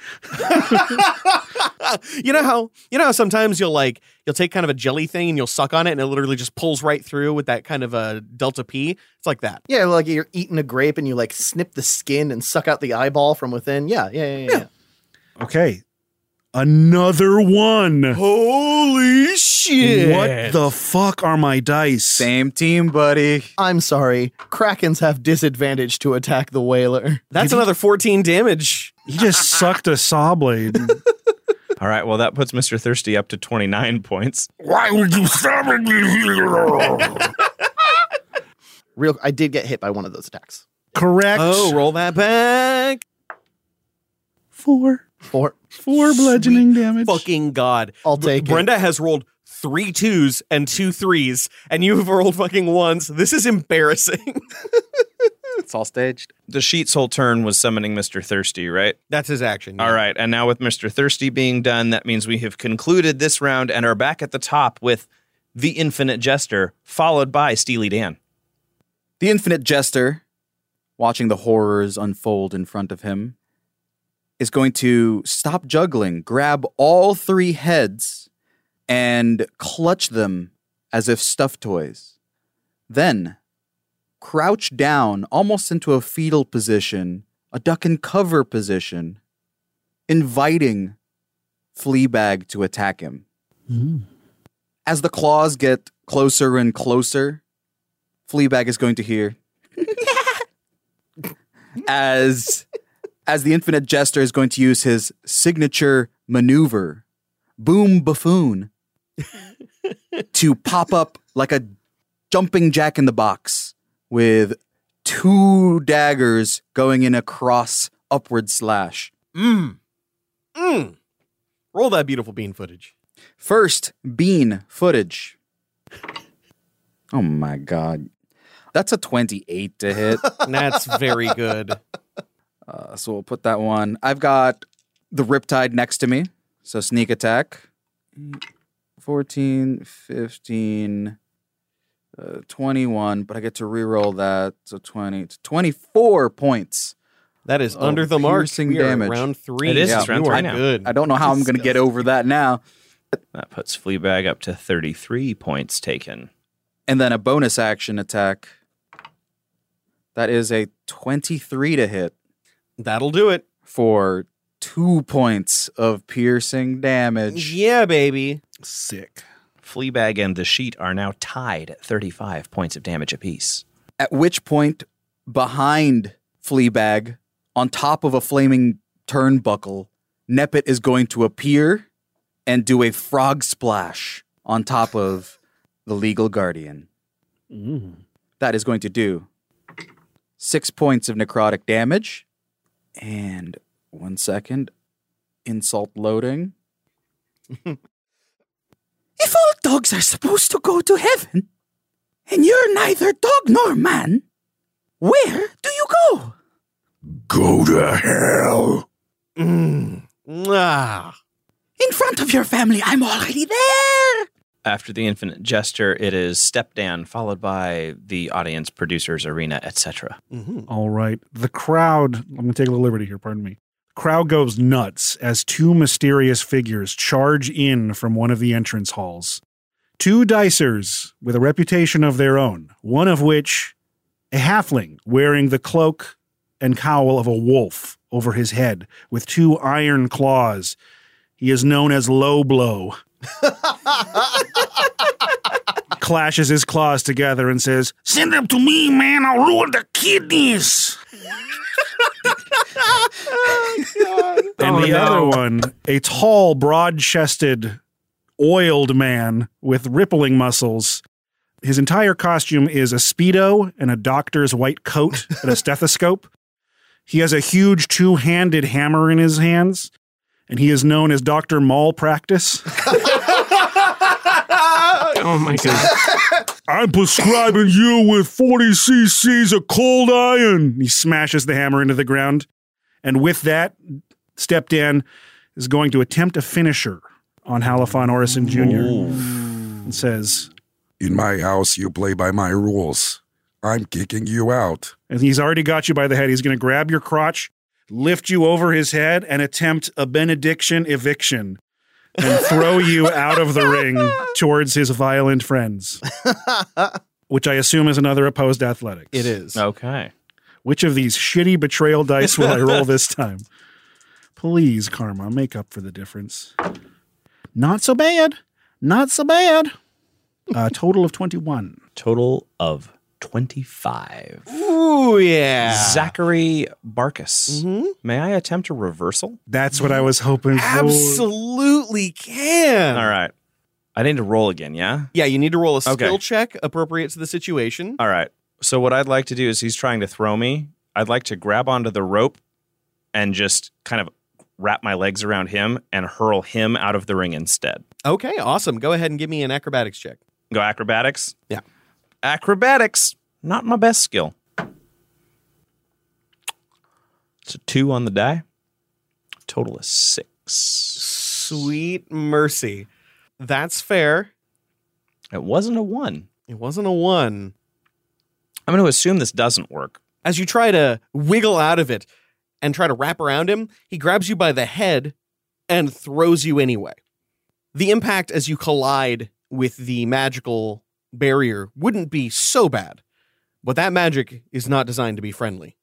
Speaker 1: you know how you know how sometimes you'll like you'll take kind of a jelly thing and you'll suck on it and it literally just pulls right through with that kind of a delta p it's like that
Speaker 6: Yeah, like you're eating a grape and you like snip the skin and suck out the eyeball from within. Yeah, yeah, yeah, yeah.
Speaker 5: Okay. Another one.
Speaker 1: Holy shit.
Speaker 5: What the fuck are my dice?
Speaker 3: Same team, buddy.
Speaker 6: I'm sorry. Krakens have disadvantage to attack the whaler.
Speaker 1: That's another 14 damage.
Speaker 5: He just sucked a saw blade.
Speaker 4: All right. Well, that puts Mr. Thirsty up to 29 points.
Speaker 10: Why would you summon me here?
Speaker 6: Real I did get hit by one of those attacks.
Speaker 5: Correct.
Speaker 1: Oh, roll that back.
Speaker 5: Four.
Speaker 6: Four.
Speaker 5: Four bludgeoning damage.
Speaker 1: Fucking god. I'll
Speaker 6: take it.
Speaker 1: Brenda has rolled three twos and two threes, and you've rolled fucking ones. This is embarrassing.
Speaker 3: it's all staged.
Speaker 4: The sheet's whole turn was summoning Mr. Thirsty, right?
Speaker 1: That's his action.
Speaker 4: All right. And now with Mr. Thirsty being done, that means we have concluded this round and are back at the top with the Infinite Jester, followed by Steely Dan.
Speaker 3: The Infinite Jester, watching the horrors unfold in front of him, is going to stop juggling, grab all three heads, and clutch them as if stuffed toys. Then, crouch down almost into a fetal position, a duck and cover position, inviting Fleabag to attack him. As the claws get closer and closer, Fleabag is going to hear as as the infinite jester is going to use his signature maneuver, boom buffoon, to pop up like a jumping jack in the box with two daggers going in a cross upward slash.
Speaker 1: Mmm. Mmm. Roll that beautiful bean footage.
Speaker 3: First, bean footage. Oh my god. That's a 28 to hit.
Speaker 1: That's very good.
Speaker 3: Uh, so we'll put that one. I've got the Riptide next to me. So sneak attack. 14, 15, Uh, 21, but I get to reroll that. So 20, it's 24 points.
Speaker 1: That is under the mark. We are at round three. It is, it's round three
Speaker 3: I,
Speaker 1: now. Good.
Speaker 3: I don't know how I'm going to get over that now.
Speaker 4: That puts Fleabag up to 33 points taken.
Speaker 3: And then a bonus action attack. That is a 23 to hit.
Speaker 1: That'll do it.
Speaker 3: For two points of piercing damage.
Speaker 1: Yeah, baby.
Speaker 4: Sick. Fleabag and the sheet are now tied at 35 points of damage apiece.
Speaker 3: At which point, behind Fleabag, on top of a flaming turnbuckle, Nepet is going to appear and do a frog splash on top of the legal guardian.
Speaker 5: Mm-hmm.
Speaker 3: That is going to do six points of necrotic damage. And one second, insult loading.
Speaker 16: If all dogs are supposed to go to heaven, and you're neither dog nor man, where do you go?
Speaker 10: Go to hell. Mm.
Speaker 1: Ah.
Speaker 16: In front of your family, I'm already there.
Speaker 4: After the infinite gesture, it is step down, followed by the audience, producers, arena, etc.
Speaker 5: All right. The crowd, I'm going to take a little liberty here, pardon me. The crowd goes nuts as two mysterious figures charge in from one of the entrance halls. Two dicers with a reputation of their own, one of which a halfling wearing the cloak and cowl of a wolf over his head with two iron claws. He is known as Low Blow. clashes his claws together and says,
Speaker 10: Send them to me, man. I'll ruin the kidneys.
Speaker 9: Oh,
Speaker 5: And
Speaker 10: Oh,
Speaker 5: the other one, a tall, broad chested, oiled man with rippling muscles. His entire costume is a Speedo and a doctor's white coat and a stethoscope. He has a huge two handed hammer in his hands, and he is known as Dr. Malpractice.
Speaker 10: oh
Speaker 7: my
Speaker 5: I'm prescribing you with 40 cc's of cold iron. He smashes the hammer into the ground. And with that, Step Dan is going to attempt a finisher on Halifon Orison Jr. and says,
Speaker 10: In my house, you play by my rules. I'm kicking you out.
Speaker 5: and he's already got you by the head. He's going to grab your crotch, lift you over his head, and attempt a benediction eviction and throw you out of the ring towards his violent friends, which I assume is another opposed athletics. It
Speaker 1: is.
Speaker 4: Okay.
Speaker 5: Which of these shitty betrayal dice will I roll this time? Please, Karma, make up for the difference. Not so bad. Not so bad. A Uh, total of 21.
Speaker 4: Total of 25.
Speaker 1: Ooh, yeah. Mm-hmm.
Speaker 4: Zachary Barkus. May I attempt a reversal?
Speaker 5: That's what I was hoping for.
Speaker 1: Absolutely can.
Speaker 4: All right. I need to roll again, yeah?
Speaker 1: Yeah, you need to roll a skill
Speaker 4: Okay.
Speaker 1: check appropriate to the situation.
Speaker 4: All right. So what I'd like to do is he's trying to throw me. I'd like to grab onto the rope and just kind of wrap my legs around him and hurl him out of the ring instead.
Speaker 1: Okay, awesome. Go ahead and give me an acrobatics check.
Speaker 4: Go acrobatics.
Speaker 1: Yeah.
Speaker 4: Acrobatics, not my best skill. It's a two on the die. Total is six.
Speaker 1: Sweet mercy. That's fair.
Speaker 4: It wasn't a one.
Speaker 1: It wasn't a one.
Speaker 4: I'm going to assume this doesn't work.
Speaker 1: As you try to wiggle out of it and try to wrap around him, he grabs you by the head and throws you anyway. The impact as you collide with the magical barrier wouldn't be so bad, but that magic is not designed to be friendly.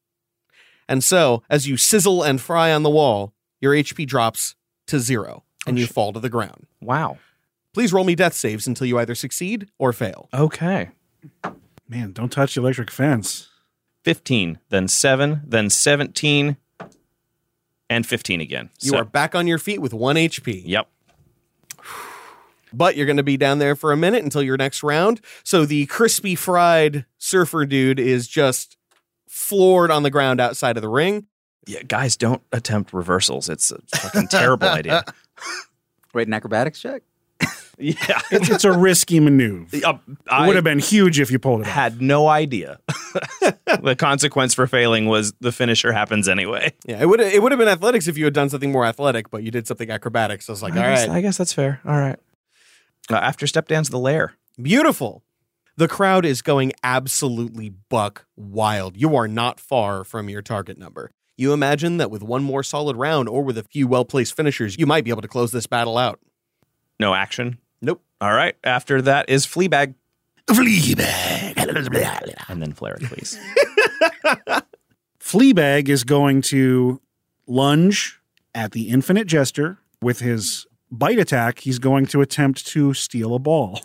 Speaker 1: And so, as you sizzle and fry on the wall, your HP drops to zero and you fall to the ground.
Speaker 4: Oh, Wow.
Speaker 1: Please roll me death saves until you either succeed or fail.
Speaker 4: Okay.
Speaker 5: Man, don't touch the electric fence.
Speaker 4: 15, then 7, then 17, and 15 again.
Speaker 1: You
Speaker 4: So-
Speaker 1: are back on your feet with one HP.
Speaker 4: Yep.
Speaker 1: But you're going to be down there for a minute until your next round. So the crispy fried surfer dude is just floored on the ground outside of the ring.
Speaker 4: Yeah, guys, don't attempt reversals. It's a fucking terrible idea.
Speaker 3: Wait, an acrobatics check?
Speaker 4: yeah.
Speaker 5: It's, it's a risky maneuver.
Speaker 4: Uh,
Speaker 5: it would have been huge if you pulled it off.
Speaker 4: had no idea. the consequence for failing was the finisher happens anyway.
Speaker 1: Yeah, it would it would have been athletics if you had done something more athletic, but you did something acrobatics. I was like, all
Speaker 4: I guess,
Speaker 1: right,
Speaker 4: I guess that's fair. All right. Uh, after step down to the lair.
Speaker 1: beautiful. The crowd is going absolutely buck wild. You are not far from your target number. You imagine that with one more solid round or with a few well placed finishers, you might be able to close this battle out.
Speaker 4: No action.
Speaker 1: Nope.
Speaker 4: All right. After that is Fleabag.
Speaker 5: Fleabag.
Speaker 4: And then Flericles.
Speaker 5: Fleabag is going to lunge at the infinite jester with his bite attack. He's going to attempt to steal a ball.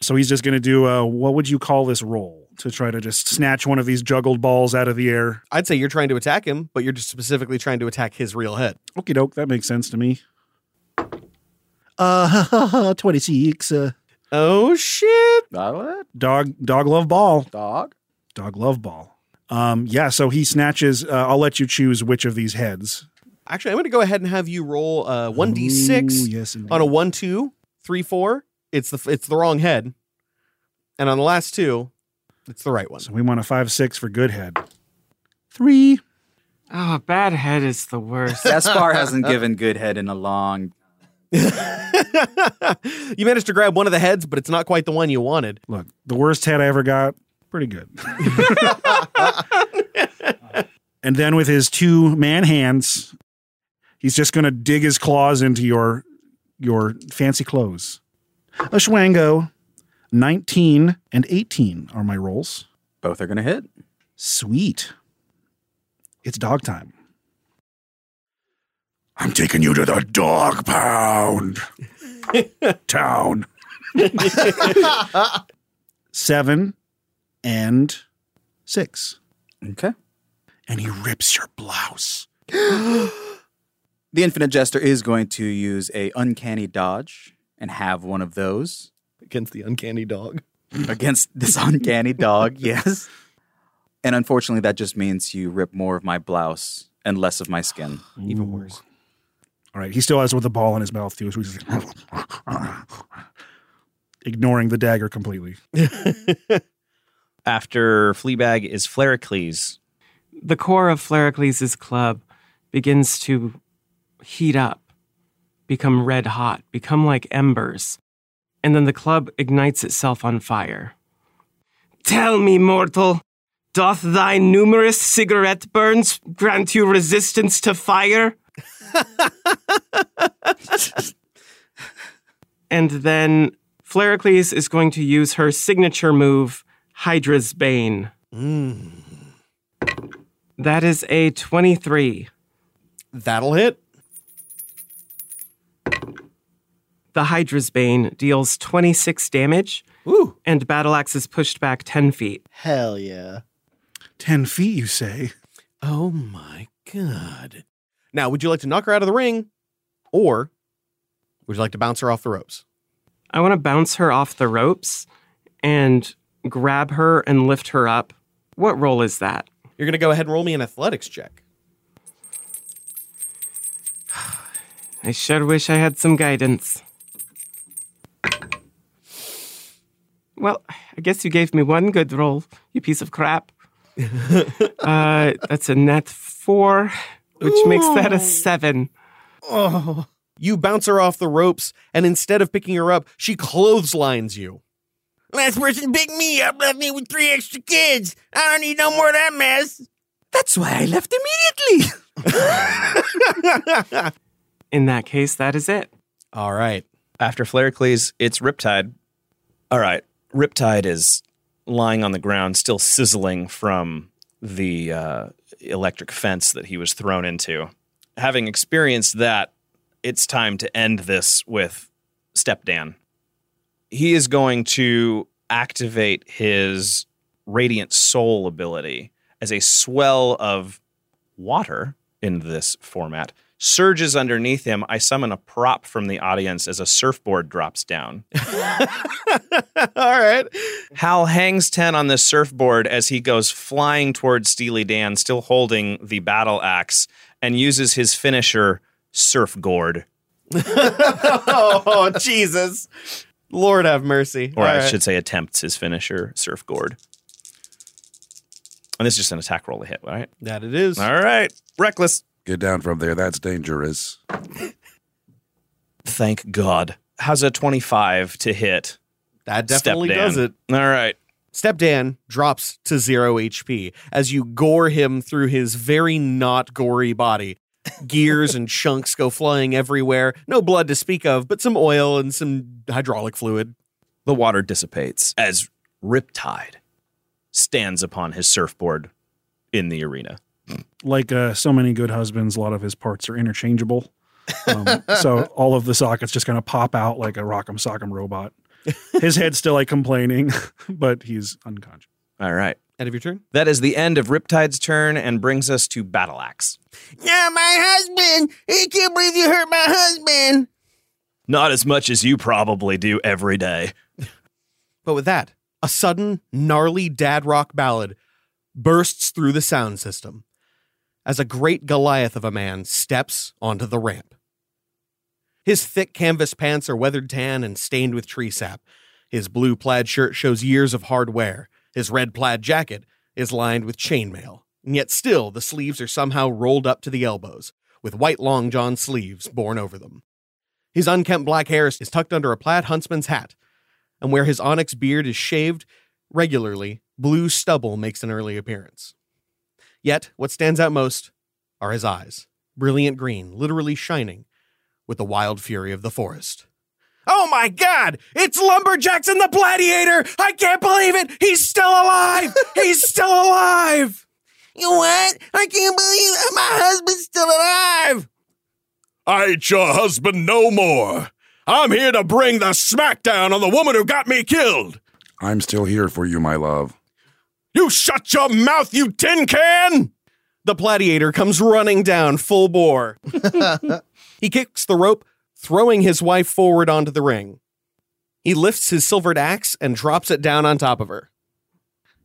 Speaker 5: So he's just going to do a what would you call this roll to try to just snatch one of these juggled balls out of the air?
Speaker 1: I'd say you're trying to attack him, but you're just specifically trying to attack his real head.
Speaker 5: Okie doke, that makes sense to me. Uh, 26. Uh,
Speaker 1: oh, shit.
Speaker 5: What? Dog, dog love ball. Dog? Dog love ball. Um, yeah, so he snatches. Uh, I'll let you choose which of these heads.
Speaker 1: Actually, I'm going to go ahead and have you roll uh, 1d6
Speaker 5: Ooh, yes, indeed.
Speaker 1: on a 1, 2, 3, 4. It's the, it's the wrong head. And on the last two, it's the right one.
Speaker 5: So we want a 5 6 for good head. Three.
Speaker 7: Oh, a bad head is the worst.
Speaker 3: Gaspar hasn't given good head in a long.
Speaker 1: You managed to grab one of the heads, but it's not quite the one you wanted.
Speaker 5: Look, the worst head I ever got. Pretty good. and then with his two man hands, he's just going to dig his claws into your your fancy clothes. A Schwango, 19 and 18 are my rolls.
Speaker 3: Both are going to hit.
Speaker 5: Sweet. It's dog time.
Speaker 10: I'm taking you to the dog pound town.
Speaker 5: Seven and six.
Speaker 3: Okay.
Speaker 5: And he rips your blouse.
Speaker 3: The Infinite Jester is going to use a uncanny dodge and have one of those
Speaker 6: against the uncanny dog.
Speaker 3: Against this uncanny dog, yes. And unfortunately, that just means you rip more of my blouse and less of my skin.
Speaker 5: Even worse. All right. He still has with the ball in his mouth, too. So he's ignoring the dagger completely.
Speaker 4: After Fleabag is Flericles.
Speaker 7: The core of Flericles' club begins to heat up, become red hot, become like embers. And then the club ignites itself on fire. Tell me, mortal, doth thy numerous cigarette burns grant you resistance to fire? and then Flericles is going to use her signature move, Hydra's Bane.
Speaker 1: Mm.
Speaker 7: That is a 23.
Speaker 1: That'll hit.
Speaker 7: The Hydra's Bane deals 26 damage, and Battle Axe is pushed back 10 feet.
Speaker 6: Hell yeah.
Speaker 5: 10 feet, you say?
Speaker 1: Oh my god. Now, would you like to knock her out of the ring or would you like to bounce her off the ropes?
Speaker 7: I want to bounce her off the ropes and grab her and lift her up. What roll is that?
Speaker 1: You're going to go ahead and roll me an athletics check.
Speaker 7: I sure wish I had some guidance. Well, I guess you gave me one good roll, you piece of crap. uh, that's a net four, which makes that a seven.
Speaker 1: Oh. You bounce her off the ropes, and instead of picking her up, she clotheslines you.
Speaker 8: Last person picked me up, left me with three extra kids. I don't need no more of that mess.
Speaker 16: That's why I left immediately.
Speaker 7: In that case, that is it.
Speaker 1: All right.
Speaker 4: After Flericles, it's Riptide. All right. Riptide is lying on the ground, still sizzling from the uh, electric fence that he was thrown into. Having experienced that, it's time to end this with Step Dan. He is going to activate his Radiant Soul ability as a swell of water in this format surges underneath him. I summon a prop from the audience as a surfboard drops down.
Speaker 1: All right.
Speaker 4: Hal hangs 10 on this surfboard as he goes flying towards Steely Dan, still holding the battle axe, and uses his finisher, Surf Gourd.
Speaker 1: oh, Jesus. Lord have mercy.
Speaker 4: Or
Speaker 1: All
Speaker 4: I
Speaker 1: right.
Speaker 4: should say, attempts his finisher, Surf Gourd. And this is just an attack roll to hit, right?
Speaker 1: That it is.
Speaker 4: All right. Reckless.
Speaker 10: Get down from there. That's dangerous.
Speaker 4: Thank God. How's a 25 to hit?
Speaker 1: That definitely does it.
Speaker 4: All right.
Speaker 1: Step Dan drops to zero HP as you gore him through his very not gory body. Gears and chunks go flying everywhere. No blood to speak of, but some oil and some hydraulic fluid.
Speaker 4: The water dissipates as Riptide stands upon his surfboard in the arena.
Speaker 5: Like uh, so many good husbands, a lot of his parts are interchangeable. Um, so all of the sockets just kind of pop out like a Rock'em Sock'em robot. His head's still like complaining, but he's unconscious.
Speaker 4: All right.
Speaker 1: End of your turn?
Speaker 4: That is the end of Riptide's turn and brings us to Battle Axe.
Speaker 8: Yeah, my husband. I can't believe you hurt my husband.
Speaker 4: Not as much as you probably do every day.
Speaker 1: But with that, a sudden, gnarly dad rock ballad bursts through the sound system as a great Goliath of a man steps onto the ramp. His thick canvas pants are weathered tan and stained with tree sap. His blue plaid shirt shows years of hard wear. His red plaid jacket is lined with chainmail, and yet still the sleeves are somehow rolled up to the elbows, with white long john sleeves borne over them. His unkempt black hair is tucked under a plaid huntsman's hat, and where his onyx beard is shaved regularly, blue stubble makes an early appearance. Yet, what stands out most are his eyes, brilliant green, literally shining with the wild fury of the forest.
Speaker 8: Oh my God! It's Lumberjackson the Gladiator! I can't believe it! He's still alive! He's still alive! You what? I can't believe that my husband's still alive!
Speaker 17: I ain't your husband no more. I'm here to bring the smackdown on the woman who got me killed.
Speaker 10: I'm still here for you, my love.
Speaker 17: You shut your mouth, you tin can!
Speaker 1: The Gladiator comes running down full bore. he kicks the rope, throwing his wife forward onto the ring. He lifts his silvered axe and drops it down on top of her.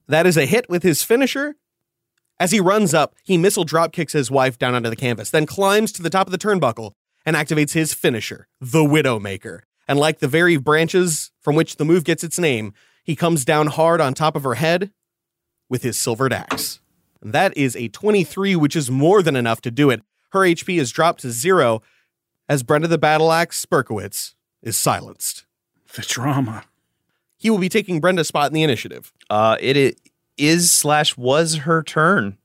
Speaker 1: That is a hit with his finisher. As he runs up, he missile drop kicks his wife down onto the canvas, then climbs to the top of the turnbuckle and activates his finisher, the Widowmaker. And like the very branches from which the move gets its name, he comes down hard on top of her head with his silvered axe. And that is a 23, which is more than enough to do it. Her HP is dropped to zero as Brenda the Battle Axe Sperkowitz is silenced.
Speaker 5: The drama.
Speaker 1: He will be taking Brenda's spot in the initiative.
Speaker 4: Uh, it i- is slash was her turn.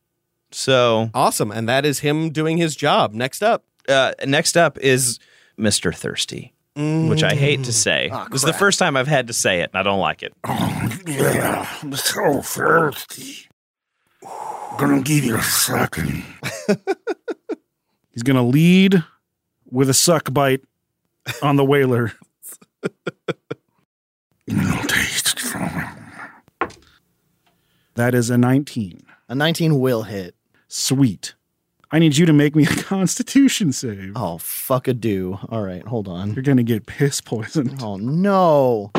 Speaker 4: So
Speaker 1: awesome, and that is him doing his job. Next up,
Speaker 4: uh, next up is Mister Thirsty, which I hate
Speaker 1: Mm.
Speaker 4: to say.
Speaker 17: Ah,
Speaker 4: this is the
Speaker 17: crap.
Speaker 4: first time I've had to say it, and I don't like it.
Speaker 17: Yeah, I'm so thirsty. Gonna give you a second.
Speaker 5: He's going to lead with a suck bite on the whaler. that is a 19.
Speaker 6: A 19 will hit.
Speaker 5: Sweet. I need you to make me a constitution save.
Speaker 6: Oh, fuck a do. All right, hold on. You're
Speaker 5: going to get piss poisoned.
Speaker 6: Oh, no.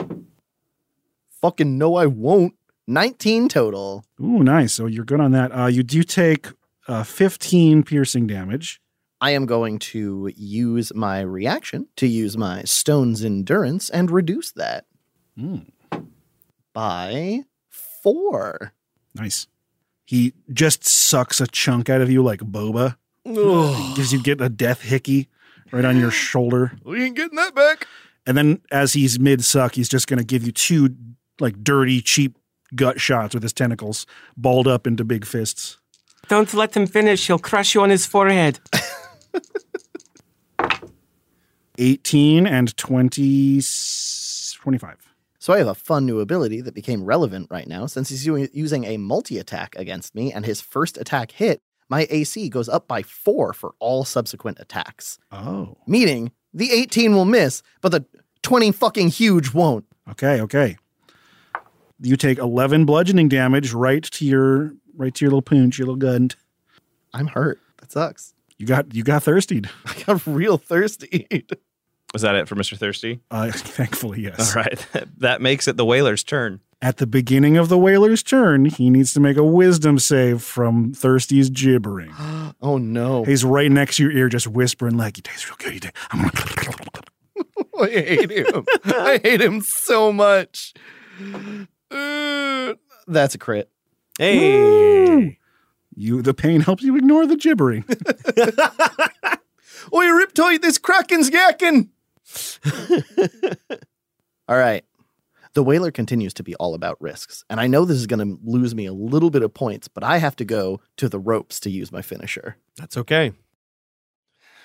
Speaker 6: Fucking no, I won't. 19 total.
Speaker 5: Ooh, nice. So you're good on that. Uh, you do take uh, 15 piercing damage.
Speaker 6: I am going to use my reaction to use my stone's endurance and reduce that
Speaker 5: Hmm.
Speaker 6: by four.
Speaker 5: Nice. He just sucks a chunk out of you like boba.
Speaker 6: Ugh.
Speaker 5: Gives you get a death hickey right on your shoulder.
Speaker 1: We ain't getting that back.
Speaker 5: And then as he's mid suck, he's just going to give you two like dirty, cheap gut shots with his tentacles balled up into big fists.
Speaker 7: Don't let him finish. He'll crush you on his forehead.
Speaker 5: 18 and 20, 25.
Speaker 6: So I have a fun new ability that became relevant right now since he's u- using a multi attack against me and his first attack hit, my AC goes up by four for all subsequent attacks.
Speaker 5: Oh.
Speaker 6: Meaning the 18 will miss, but the 20 fucking huge won't.
Speaker 5: Okay, okay. You take 11 bludgeoning damage right to your right to your little poonch, your little gun.
Speaker 6: I'm hurt. That sucks.
Speaker 5: You got you got thirstied.
Speaker 6: I got real thirsty.
Speaker 4: Is that it for Mister Thirsty?
Speaker 5: Uh, thankfully, yes.
Speaker 4: All right, that makes it the whaler's turn.
Speaker 5: At the beginning of the whaler's turn, he needs to make a wisdom save from Thirsty's gibbering.
Speaker 6: oh no.
Speaker 5: He's right next to your ear, just whispering like, "You taste real good. You taste." I'm gonna
Speaker 6: I hate him. I hate him so much. Uh, That's a crit.
Speaker 1: Hey.
Speaker 5: You the pain helps you ignore the gibbering.
Speaker 6: Oi, Riptoid, this Kraken's yakking. All right. The Whaler continues to be all about risks. And I know this is going to lose me a little bit of points, but I have to go to the ropes to use my finisher.
Speaker 1: That's okay.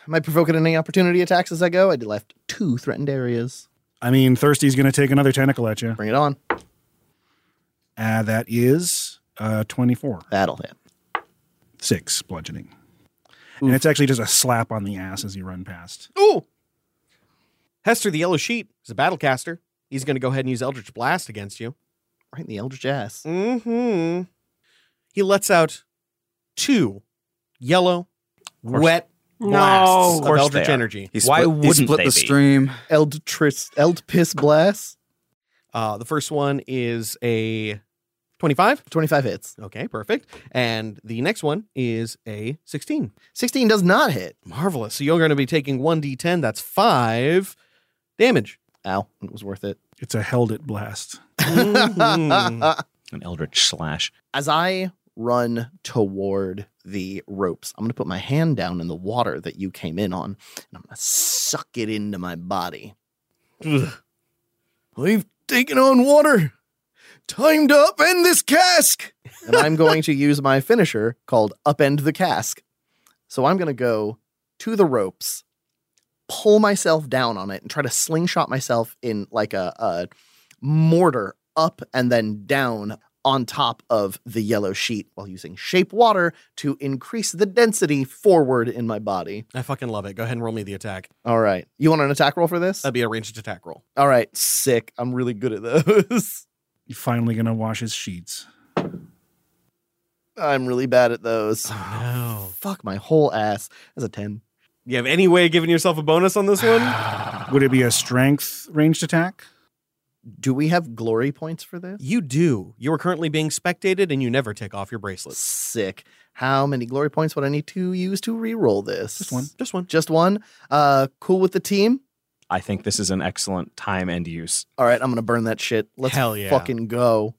Speaker 6: Am I provoking any opportunity attacks as I go? I left two threatened areas.
Speaker 5: I mean, Thirsty's going to take another tentacle at you.
Speaker 6: Bring it on.
Speaker 5: Uh, that is uh, 24.
Speaker 6: That'll hit.
Speaker 5: Six bludgeoning. And it's actually just a slap on the ass as you run past.
Speaker 1: Ooh. Hester the Yellow Sheet is a battle caster. He's going to go ahead and use Eldritch Blast against you.
Speaker 6: Right in the Eldritch ass.
Speaker 1: Mm-hmm. He lets out two yellow, wet blasts Oh, of Eldritch Energy.
Speaker 6: Eldritch, Eld Piss Blast.
Speaker 1: Uh, the first one is a 25.
Speaker 6: 25 hits.
Speaker 1: Okay, perfect. And the next one is a 16.
Speaker 6: 16 does not hit.
Speaker 1: Marvelous. So you're going to be taking 1d10. That's five damage.
Speaker 6: Ow, it was worth it.
Speaker 5: It's a held it blast.
Speaker 4: An eldritch slash.
Speaker 6: As I run toward the ropes, I'm going to put my hand down in the water that you came in on, and I'm going to suck it into my body.
Speaker 8: We've taken on water. Time to upend this cask.
Speaker 6: and I'm going to use my finisher called Upend the Cask. So I'm going to go to the ropes, pull myself down on it, and try to slingshot myself in like a, a mortar up and then down on top of the yellow sheet while using shape water to increase the density forward in my body.
Speaker 1: I fucking love it. Go ahead and roll me the attack.
Speaker 6: All right. You want an attack roll for this?
Speaker 1: That'd be a ranged attack roll.
Speaker 6: All right. Sick. I'm really good at those.
Speaker 5: You're finally going to wash his sheets.
Speaker 6: I'm really bad at those.
Speaker 1: Oh,
Speaker 6: no. Fuck my whole ass. That's a 10.
Speaker 1: You have any way of giving yourself a bonus on this one?
Speaker 5: Would it be a strength ranged attack?
Speaker 6: Do we have glory points for this?
Speaker 1: you do. You are currently being spectated and you never take off your bracelets.
Speaker 6: Sick. How many glory points would I need to use to re-roll this? Just
Speaker 1: one. Just one.
Speaker 6: Just one. Uh, cool with the team.
Speaker 4: I think this is an excellent time and use.
Speaker 6: All right, I'm gonna burn that shit. Let's
Speaker 4: Hell yeah.
Speaker 6: fucking go.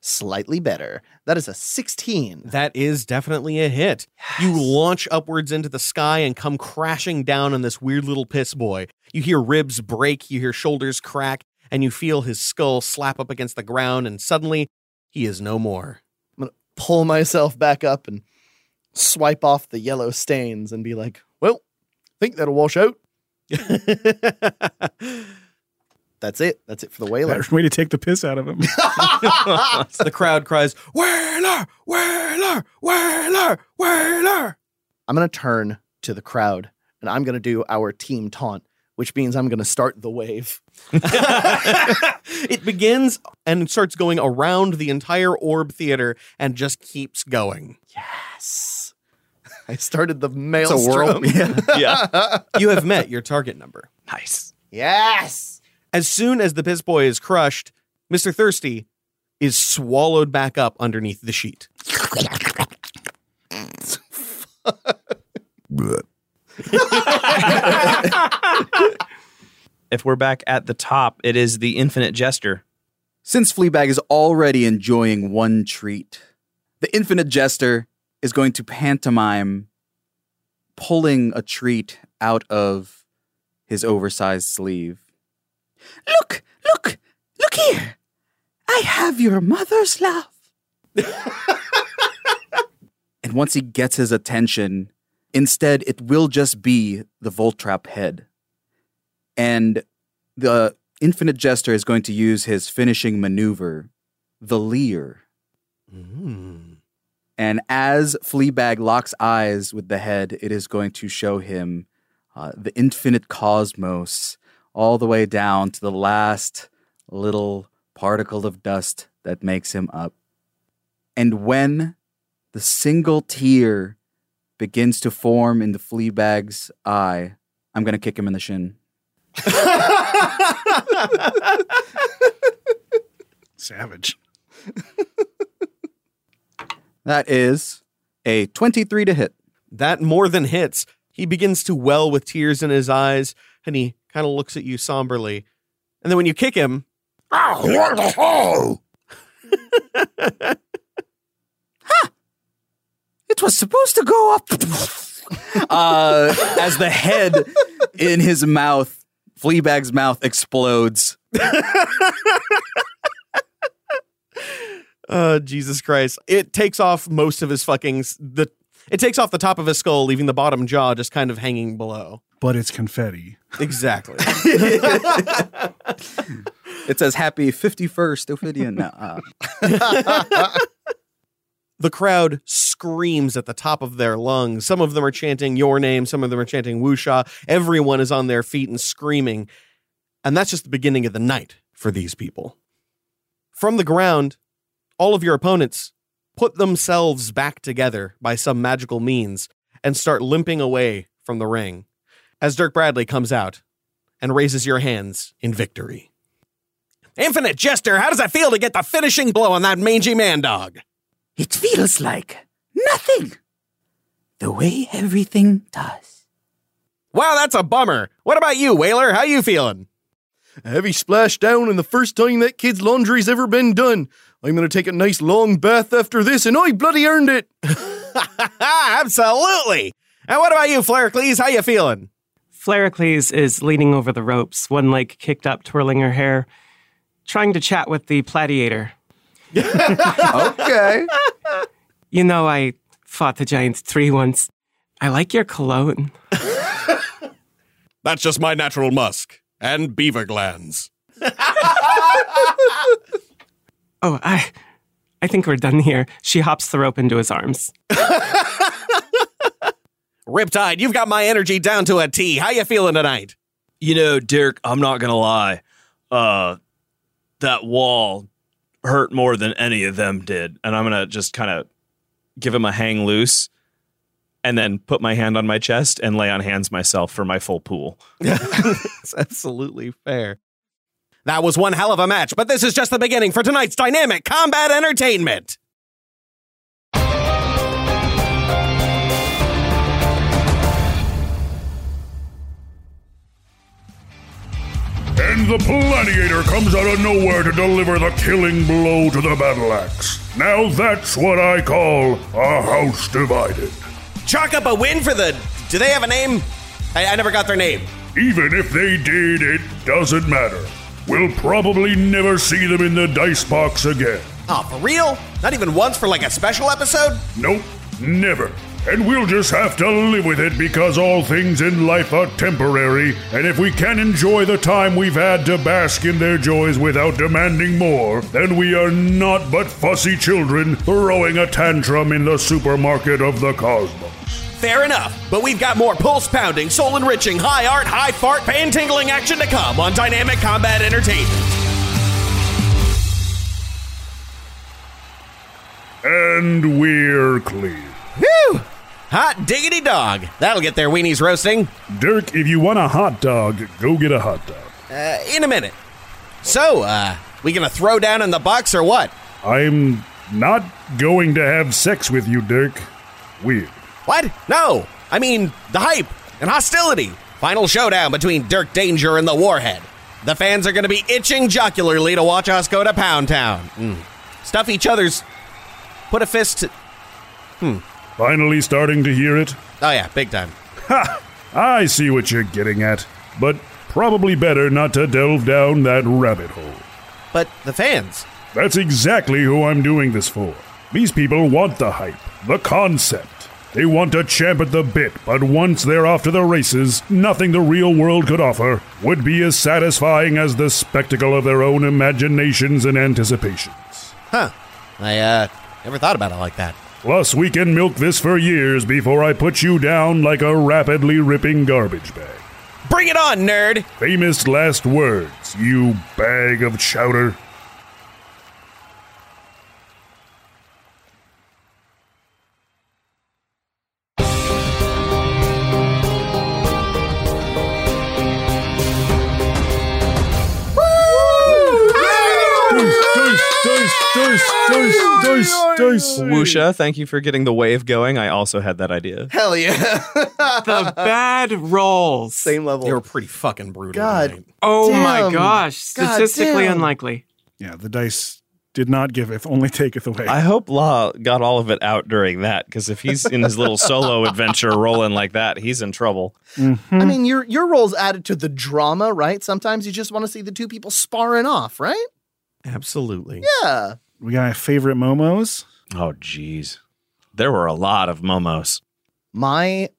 Speaker 6: Slightly better. That is a 16.
Speaker 1: That is definitely a hit. You launch upwards into the sky and come crashing down on this weird little piss boy. You hear ribs break, you hear shoulders crack, and you feel his skull slap up against the ground, and suddenly he is no more.
Speaker 6: I'm gonna pull myself back up and swipe off the yellow stains and be like, "Well, think that'll wash out." That's it. That's it for the whaler.
Speaker 5: Better way to take the piss out of him.
Speaker 1: the crowd cries,
Speaker 8: Whaler, whaler, whaler, whaler.
Speaker 6: I'm going to turn to the crowd and I'm going to do our team taunt, which means I'm going to start the wave.
Speaker 1: It begins and starts going around the entire orb theater and just keeps going.
Speaker 6: Yes. I started the
Speaker 1: It's a
Speaker 6: maelstrom.
Speaker 1: whirl. yeah. You have met your target number. Nice.
Speaker 6: Yes.
Speaker 1: As soon as the piss boy is crushed, Mr. Thirsty is swallowed back up underneath the sheet.
Speaker 4: If we're back at the top, it is the infinite jester.
Speaker 3: Since Fleabag is already enjoying one treat, the infinite jester is going to pantomime pulling a treat out of his oversized sleeve.
Speaker 16: Look, look, look here. I have your mother's love.
Speaker 3: And once he gets his attention, instead it will just be the Voltrap head. And the Infinite Jester is going to use his finishing maneuver, the Leer. And as Fleabag locks eyes with the head, it is going to show him uh, the infinite cosmos all the way down to the last little particle of dust that makes him up. And when the single tear begins to form in the Fleabag's eye, I'm going to kick him in the shin.
Speaker 5: Savage.
Speaker 3: That is a 23 to hit.
Speaker 1: That more than hits. He begins to well with tears in his eyes and he kind of looks at you somberly. And then when you kick him,
Speaker 16: It was supposed to go up.
Speaker 3: uh, as the head in his mouth, Fleabag's mouth explodes.
Speaker 1: Uh, Jesus Christ. It takes off most of his fucking s- the it takes off the top of his skull, leaving the bottom jaw just kind of hanging below.
Speaker 5: but it's confetti.
Speaker 1: Exactly.
Speaker 3: It says happy 51st Ophidian. No, uh,
Speaker 1: the crowd screams at the top of their lungs. Some of them are chanting your name, some of them are chanting Wusha. Everyone is on their feet and screaming. And that's just the beginning of the night for these people. From the ground, all of your opponents put themselves back together by some magical means and start limping away from the ring as Dirk Bradley comes out and raises your hands in victory.
Speaker 9: Infinite Jester, how does it feel to get the finishing blow on that mangy man dog?
Speaker 16: It feels like nothing. The way everything does.
Speaker 9: Wow, that's a bummer. What about you, Whaler? How you feeling?
Speaker 18: A heavy splash down and the first time that kid's laundry's ever been done. I'm gonna take a nice long bath after this, and I bloody earned it.
Speaker 9: Absolutely. And what about you, Flericles? How you feeling?
Speaker 7: Flericles is leaning over the ropes, one leg kicked up, twirling her hair, trying to chat with the Platiator.
Speaker 3: okay.
Speaker 7: You know, I fought the giant tree once. I like your cologne.
Speaker 17: That's just my natural musk and beaver glands.
Speaker 7: Oh, I, I think we're done here. She hops the rope into his arms.
Speaker 9: Riptide, you've got my energy down to a T. How you feeling tonight?
Speaker 19: You know, Derek, I'm not gonna lie. Uh, that wall hurt more than any of them did, and I'm gonna just kind of give him a hang loose, and then put my hand on my chest and lay on hands myself for my full pool.
Speaker 1: It's absolutely fair.
Speaker 9: That was one hell of a match, but this is just the beginning for tonight's dynamic combat entertainment.
Speaker 2: And the Gladiator comes out of nowhere to deliver the killing blow to the battle axe. Now that's what I call a house divided.
Speaker 9: Chalk up a win for the. Do they have a name? I, I never got their name.
Speaker 2: Even if they did, it doesn't matter. We'll probably never see them in the dice box again.
Speaker 9: Oh, for real? Not even once for like a special episode?
Speaker 2: Nope, never. And we'll just have to live with it because all things in life are temporary, and if we can enjoy the time we've had to bask in their joys without demanding more, then we are not but fussy children throwing a tantrum in the supermarket of the cosmos.
Speaker 9: Fair enough, but we've got more pulse pounding, soul enriching, high art, high fart, pain tingling action to come on Dynamic Combat Entertainment.
Speaker 2: And we're clear.
Speaker 9: Whew! Hot diggity dog. That'll get their weenies roasting.
Speaker 2: Dirk, if you want a hot dog, go get a hot dog.
Speaker 9: Uh, in a minute. So, uh, we gonna throw down in the box or what?
Speaker 2: I'm not going to have sex with you, Dirk. Weird.
Speaker 9: What? No! I mean, the hype and hostility. Final showdown between Dirk Danger and the Warhead. The fans are gonna be itching jocularly to watch us go to Pound Town. Mm. Stuff each other's. Put a fist. to- Hmm.
Speaker 2: Finally starting to hear it?
Speaker 9: Oh, yeah, big time.
Speaker 2: Ha! I see what you're getting at, but probably better not to delve down that rabbit hole.
Speaker 9: But the fans.
Speaker 2: That's exactly who I'm doing this for. These people want the hype, the concept. They want to champ at the bit, but once they're off to the races, nothing the real world could offer would be as satisfying as the spectacle of their own imaginations and anticipations.
Speaker 9: Huh. I, uh, never thought about it like that.
Speaker 2: Plus, we can milk this for years before I put you down like a rapidly ripping garbage bag.
Speaker 9: Bring it on, nerd!
Speaker 2: Famous last words, you bag of chowder.
Speaker 4: Wusha, thank you for getting the wave going. I also had that idea.
Speaker 6: Hell yeah.
Speaker 7: the bad rolls. Same
Speaker 6: level.
Speaker 1: They were pretty fucking brutal.
Speaker 6: God.
Speaker 7: Oh my
Speaker 6: damn.
Speaker 7: gosh.
Speaker 6: God
Speaker 7: Statistically
Speaker 6: damn.
Speaker 7: unlikely.
Speaker 5: Yeah, the dice did not giveth, only taketh away.
Speaker 4: I hope Law got all of it out during that because if he's in his little solo adventure rolling like that, he's in trouble.
Speaker 6: I
Speaker 5: Hmm.
Speaker 6: mean, your your role's added to the drama, right? Sometimes you just want to see the two people sparring off, right?
Speaker 1: Absolutely.
Speaker 6: Yeah.
Speaker 5: We got my favorite momos.
Speaker 4: Oh, jeez. There were a lot of momos.
Speaker 6: My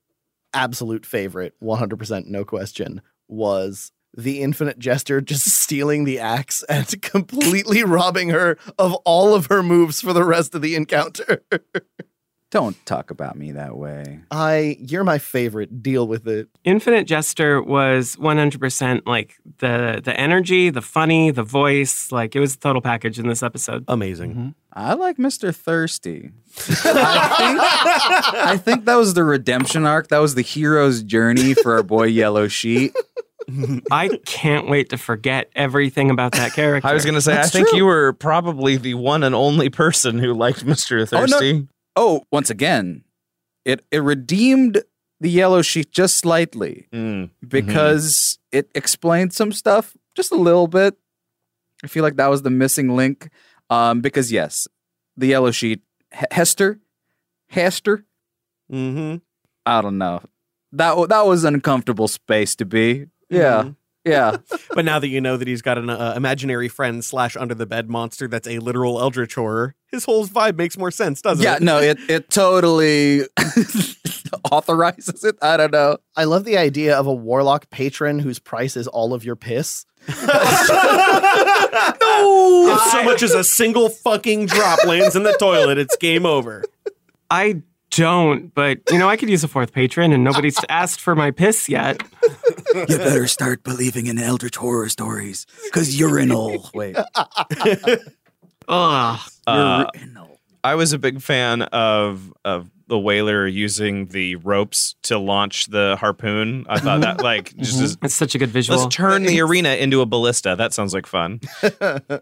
Speaker 6: absolute favorite, 100% no question, was the infinite jester just stealing the axe and completely robbing her of all of her moves for the rest of the encounter.
Speaker 3: Don't talk about me that way.
Speaker 6: I you're my favorite. Deal with it.
Speaker 7: Infinite Jester was 100% like the the energy, the funny, the voice, like it was the total package in this episode.
Speaker 1: Amazing.
Speaker 3: I like Mr. Thirsty. I, think, I think that was the redemption arc. That was the hero's journey for our boy Yellow Sheet.
Speaker 7: I can't wait to forget everything about that character.
Speaker 4: I was going to say, I think you were probably the one and only person who liked Mr.
Speaker 3: Oh, no.
Speaker 4: Thirsty.
Speaker 3: Oh, once again, it it redeemed the yellow sheet just slightly because it explained some stuff just a little bit. I feel like that was the missing link. Um, because yes, the yellow sheet, H- Hester, Hester.
Speaker 1: Mm-hmm.
Speaker 3: I don't know. That wa- that was an uncomfortable space to be. Yeah, yeah.
Speaker 1: but now that you know that he's got an uh, imaginary friend slash under the bed monster that's a literal eldritch horror, his whole vibe makes more sense, doesn't
Speaker 3: yeah.
Speaker 1: it?
Speaker 3: No, it it totally authorizes it. I don't know.
Speaker 6: I love the idea of a warlock patron whose price is all of your piss.
Speaker 1: no. If so much as a single fucking drop lands in the toilet, it's game over.
Speaker 7: I don't, but you know, I could use a fourth patron and nobody's asked for my piss yet.
Speaker 16: You better start believing in eldritch horror stories, because urinal.
Speaker 3: Wait.
Speaker 7: Ugh.
Speaker 4: Uh, I was a big fan of of the whaler using the ropes to launch the harpoon. I thought that like just as,
Speaker 7: it's such a good Mm-hmm. visual.
Speaker 4: Let's turn the arena into a ballista. That sounds like fun.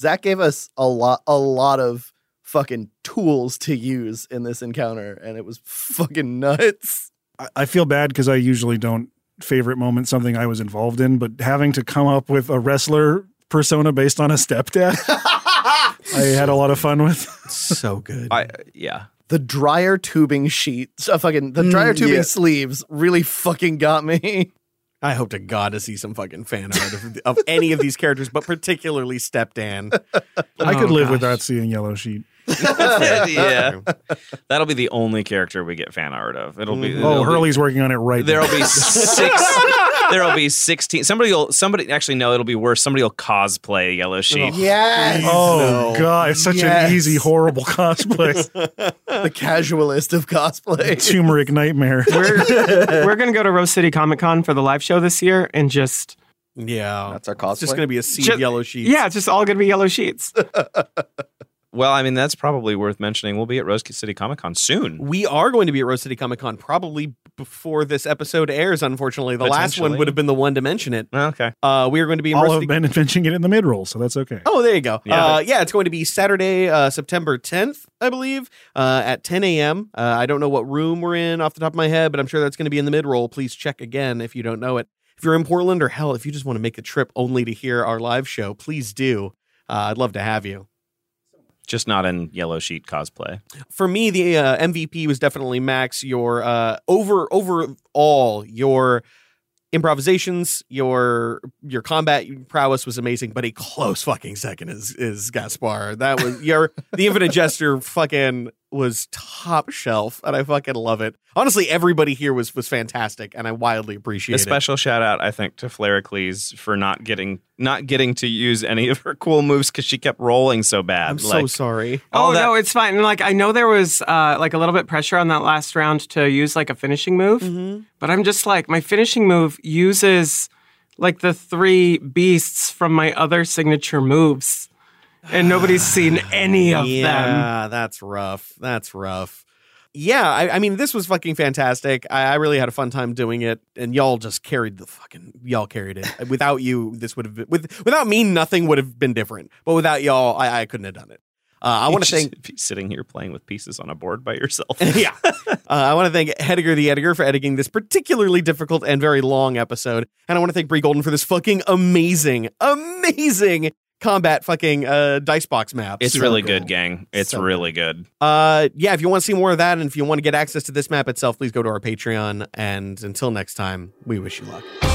Speaker 6: Zach gave us a lot, a lot of fucking tools to use in this encounter, and it was fucking nuts.
Speaker 5: I- I feel bad because I usually don't favorite moment something I was involved in, but having to come up with a wrestler persona based on a stepdad, I had a lot of fun with.
Speaker 1: so Oh, good.
Speaker 4: I yeah.
Speaker 6: The dryer tubing sheets, uh, fucking the dryer
Speaker 5: Mm,
Speaker 6: tubing
Speaker 5: yeah.
Speaker 6: sleeves, really fucking got me.
Speaker 1: I hope to God to see some fucking fan art of, of any of these characters, but particularly Stepdan.
Speaker 5: I could
Speaker 1: Oh,
Speaker 5: live
Speaker 1: gosh.
Speaker 5: without seeing Yellow Sheet.
Speaker 4: yeah. That'll be the only character we get fan art of. It'll be
Speaker 5: oh,
Speaker 4: it'll be-
Speaker 5: Hurley's working on it right now.
Speaker 4: There'll be six. there'll be sixteen. Somebody will. Somebody actually no. It'll be worse. Somebody will cosplay Yellow Sheep.
Speaker 6: Yes.
Speaker 5: Oh god, it's such
Speaker 6: Yes.
Speaker 5: an easy, horrible cosplay.
Speaker 6: the casualist of cosplay.
Speaker 5: Turmeric nightmare.
Speaker 7: We're, we're going to go to Rose City Comic Con for the live show this year and just,
Speaker 1: Yeah.
Speaker 3: That's our
Speaker 1: It's just
Speaker 3: cosplay.
Speaker 1: going to be a sea
Speaker 7: Ju-
Speaker 1: of yellow sheets.
Speaker 7: yeah, it's just all going to be yellow sheets. Oh,
Speaker 4: Well, I mean that's probably worth mentioning. We'll be at Rose City Comic Con soon.
Speaker 1: We are going to be at Rose City Comic Con probably before this episode airs, unfortunately. The last one
Speaker 4: Potentially.
Speaker 1: would have been the one to mention it.
Speaker 4: Okay.
Speaker 1: Uh, we are going to be in Rose
Speaker 5: I'll
Speaker 1: City
Speaker 5: have been mentioning it in the mid roll, so that's okay.
Speaker 1: Oh, there you go.
Speaker 4: Yeah.
Speaker 1: Yeah, uh, yeah it's going to be Saturday, uh, September 10th, I believe, uh, at 10 a.m. Uh, I don't know what room we're in off the top of my head, but I'm sure that's going to be in the mid roll. Please check again if you don't know it. If you're in Portland or hell, if you just want to make a trip only to hear our live show, please do. Uh, I'd love to have you.
Speaker 4: Just not in Yellow Sheet cosplay.
Speaker 1: For me, the uh, MVP was definitely Max. Your uh, over overall your improvisations, your your combat prowess was amazing, but a close fucking second is is Gaspar. That was your the Infinite Jester fucking was top shelf, and I fucking love it. Honestly, everybody here was was fantastic, and I wildly appreciate
Speaker 4: A special shout out, I think, to Flericles for not getting not getting to use any of her cool moves because she kept rolling so
Speaker 1: it.
Speaker 4: bad.
Speaker 1: I'm so
Speaker 4: Like,
Speaker 1: sorry.
Speaker 4: all
Speaker 7: oh,
Speaker 4: that-
Speaker 7: no, it's fine. And like, I know there was uh, like a little bit pressure on that last round to use like a finishing move, but I'm just like, my finishing move uses like the three beasts from my other signature moves, and nobody's seen any of them.
Speaker 1: yeah, that's rough. That's rough. Yeah, I, I mean, this was fucking fantastic. I, I really had a fun time doing it, and y'all just carried the fucking y'all carried it. Without you, this would have been with without me, nothing would have been different. But without y'all, I, I couldn't have done it. Uh, I
Speaker 4: You'd
Speaker 1: want to
Speaker 4: just
Speaker 1: thank
Speaker 4: be sitting here playing with pieces on a board by yourself.
Speaker 1: yeah. Uh, I want to thank Hediger the Editor for editing this particularly difficult and very long episode. And I want to thank Brie Golden for this fucking amazing, amazing combat fucking uh, dice box map.
Speaker 4: It's really good, gang. It's really good.
Speaker 1: Uh, yeah, if you want to see more of that and if you want to get access to this map itself, please go to our Patreon. And until next time, we wish you luck.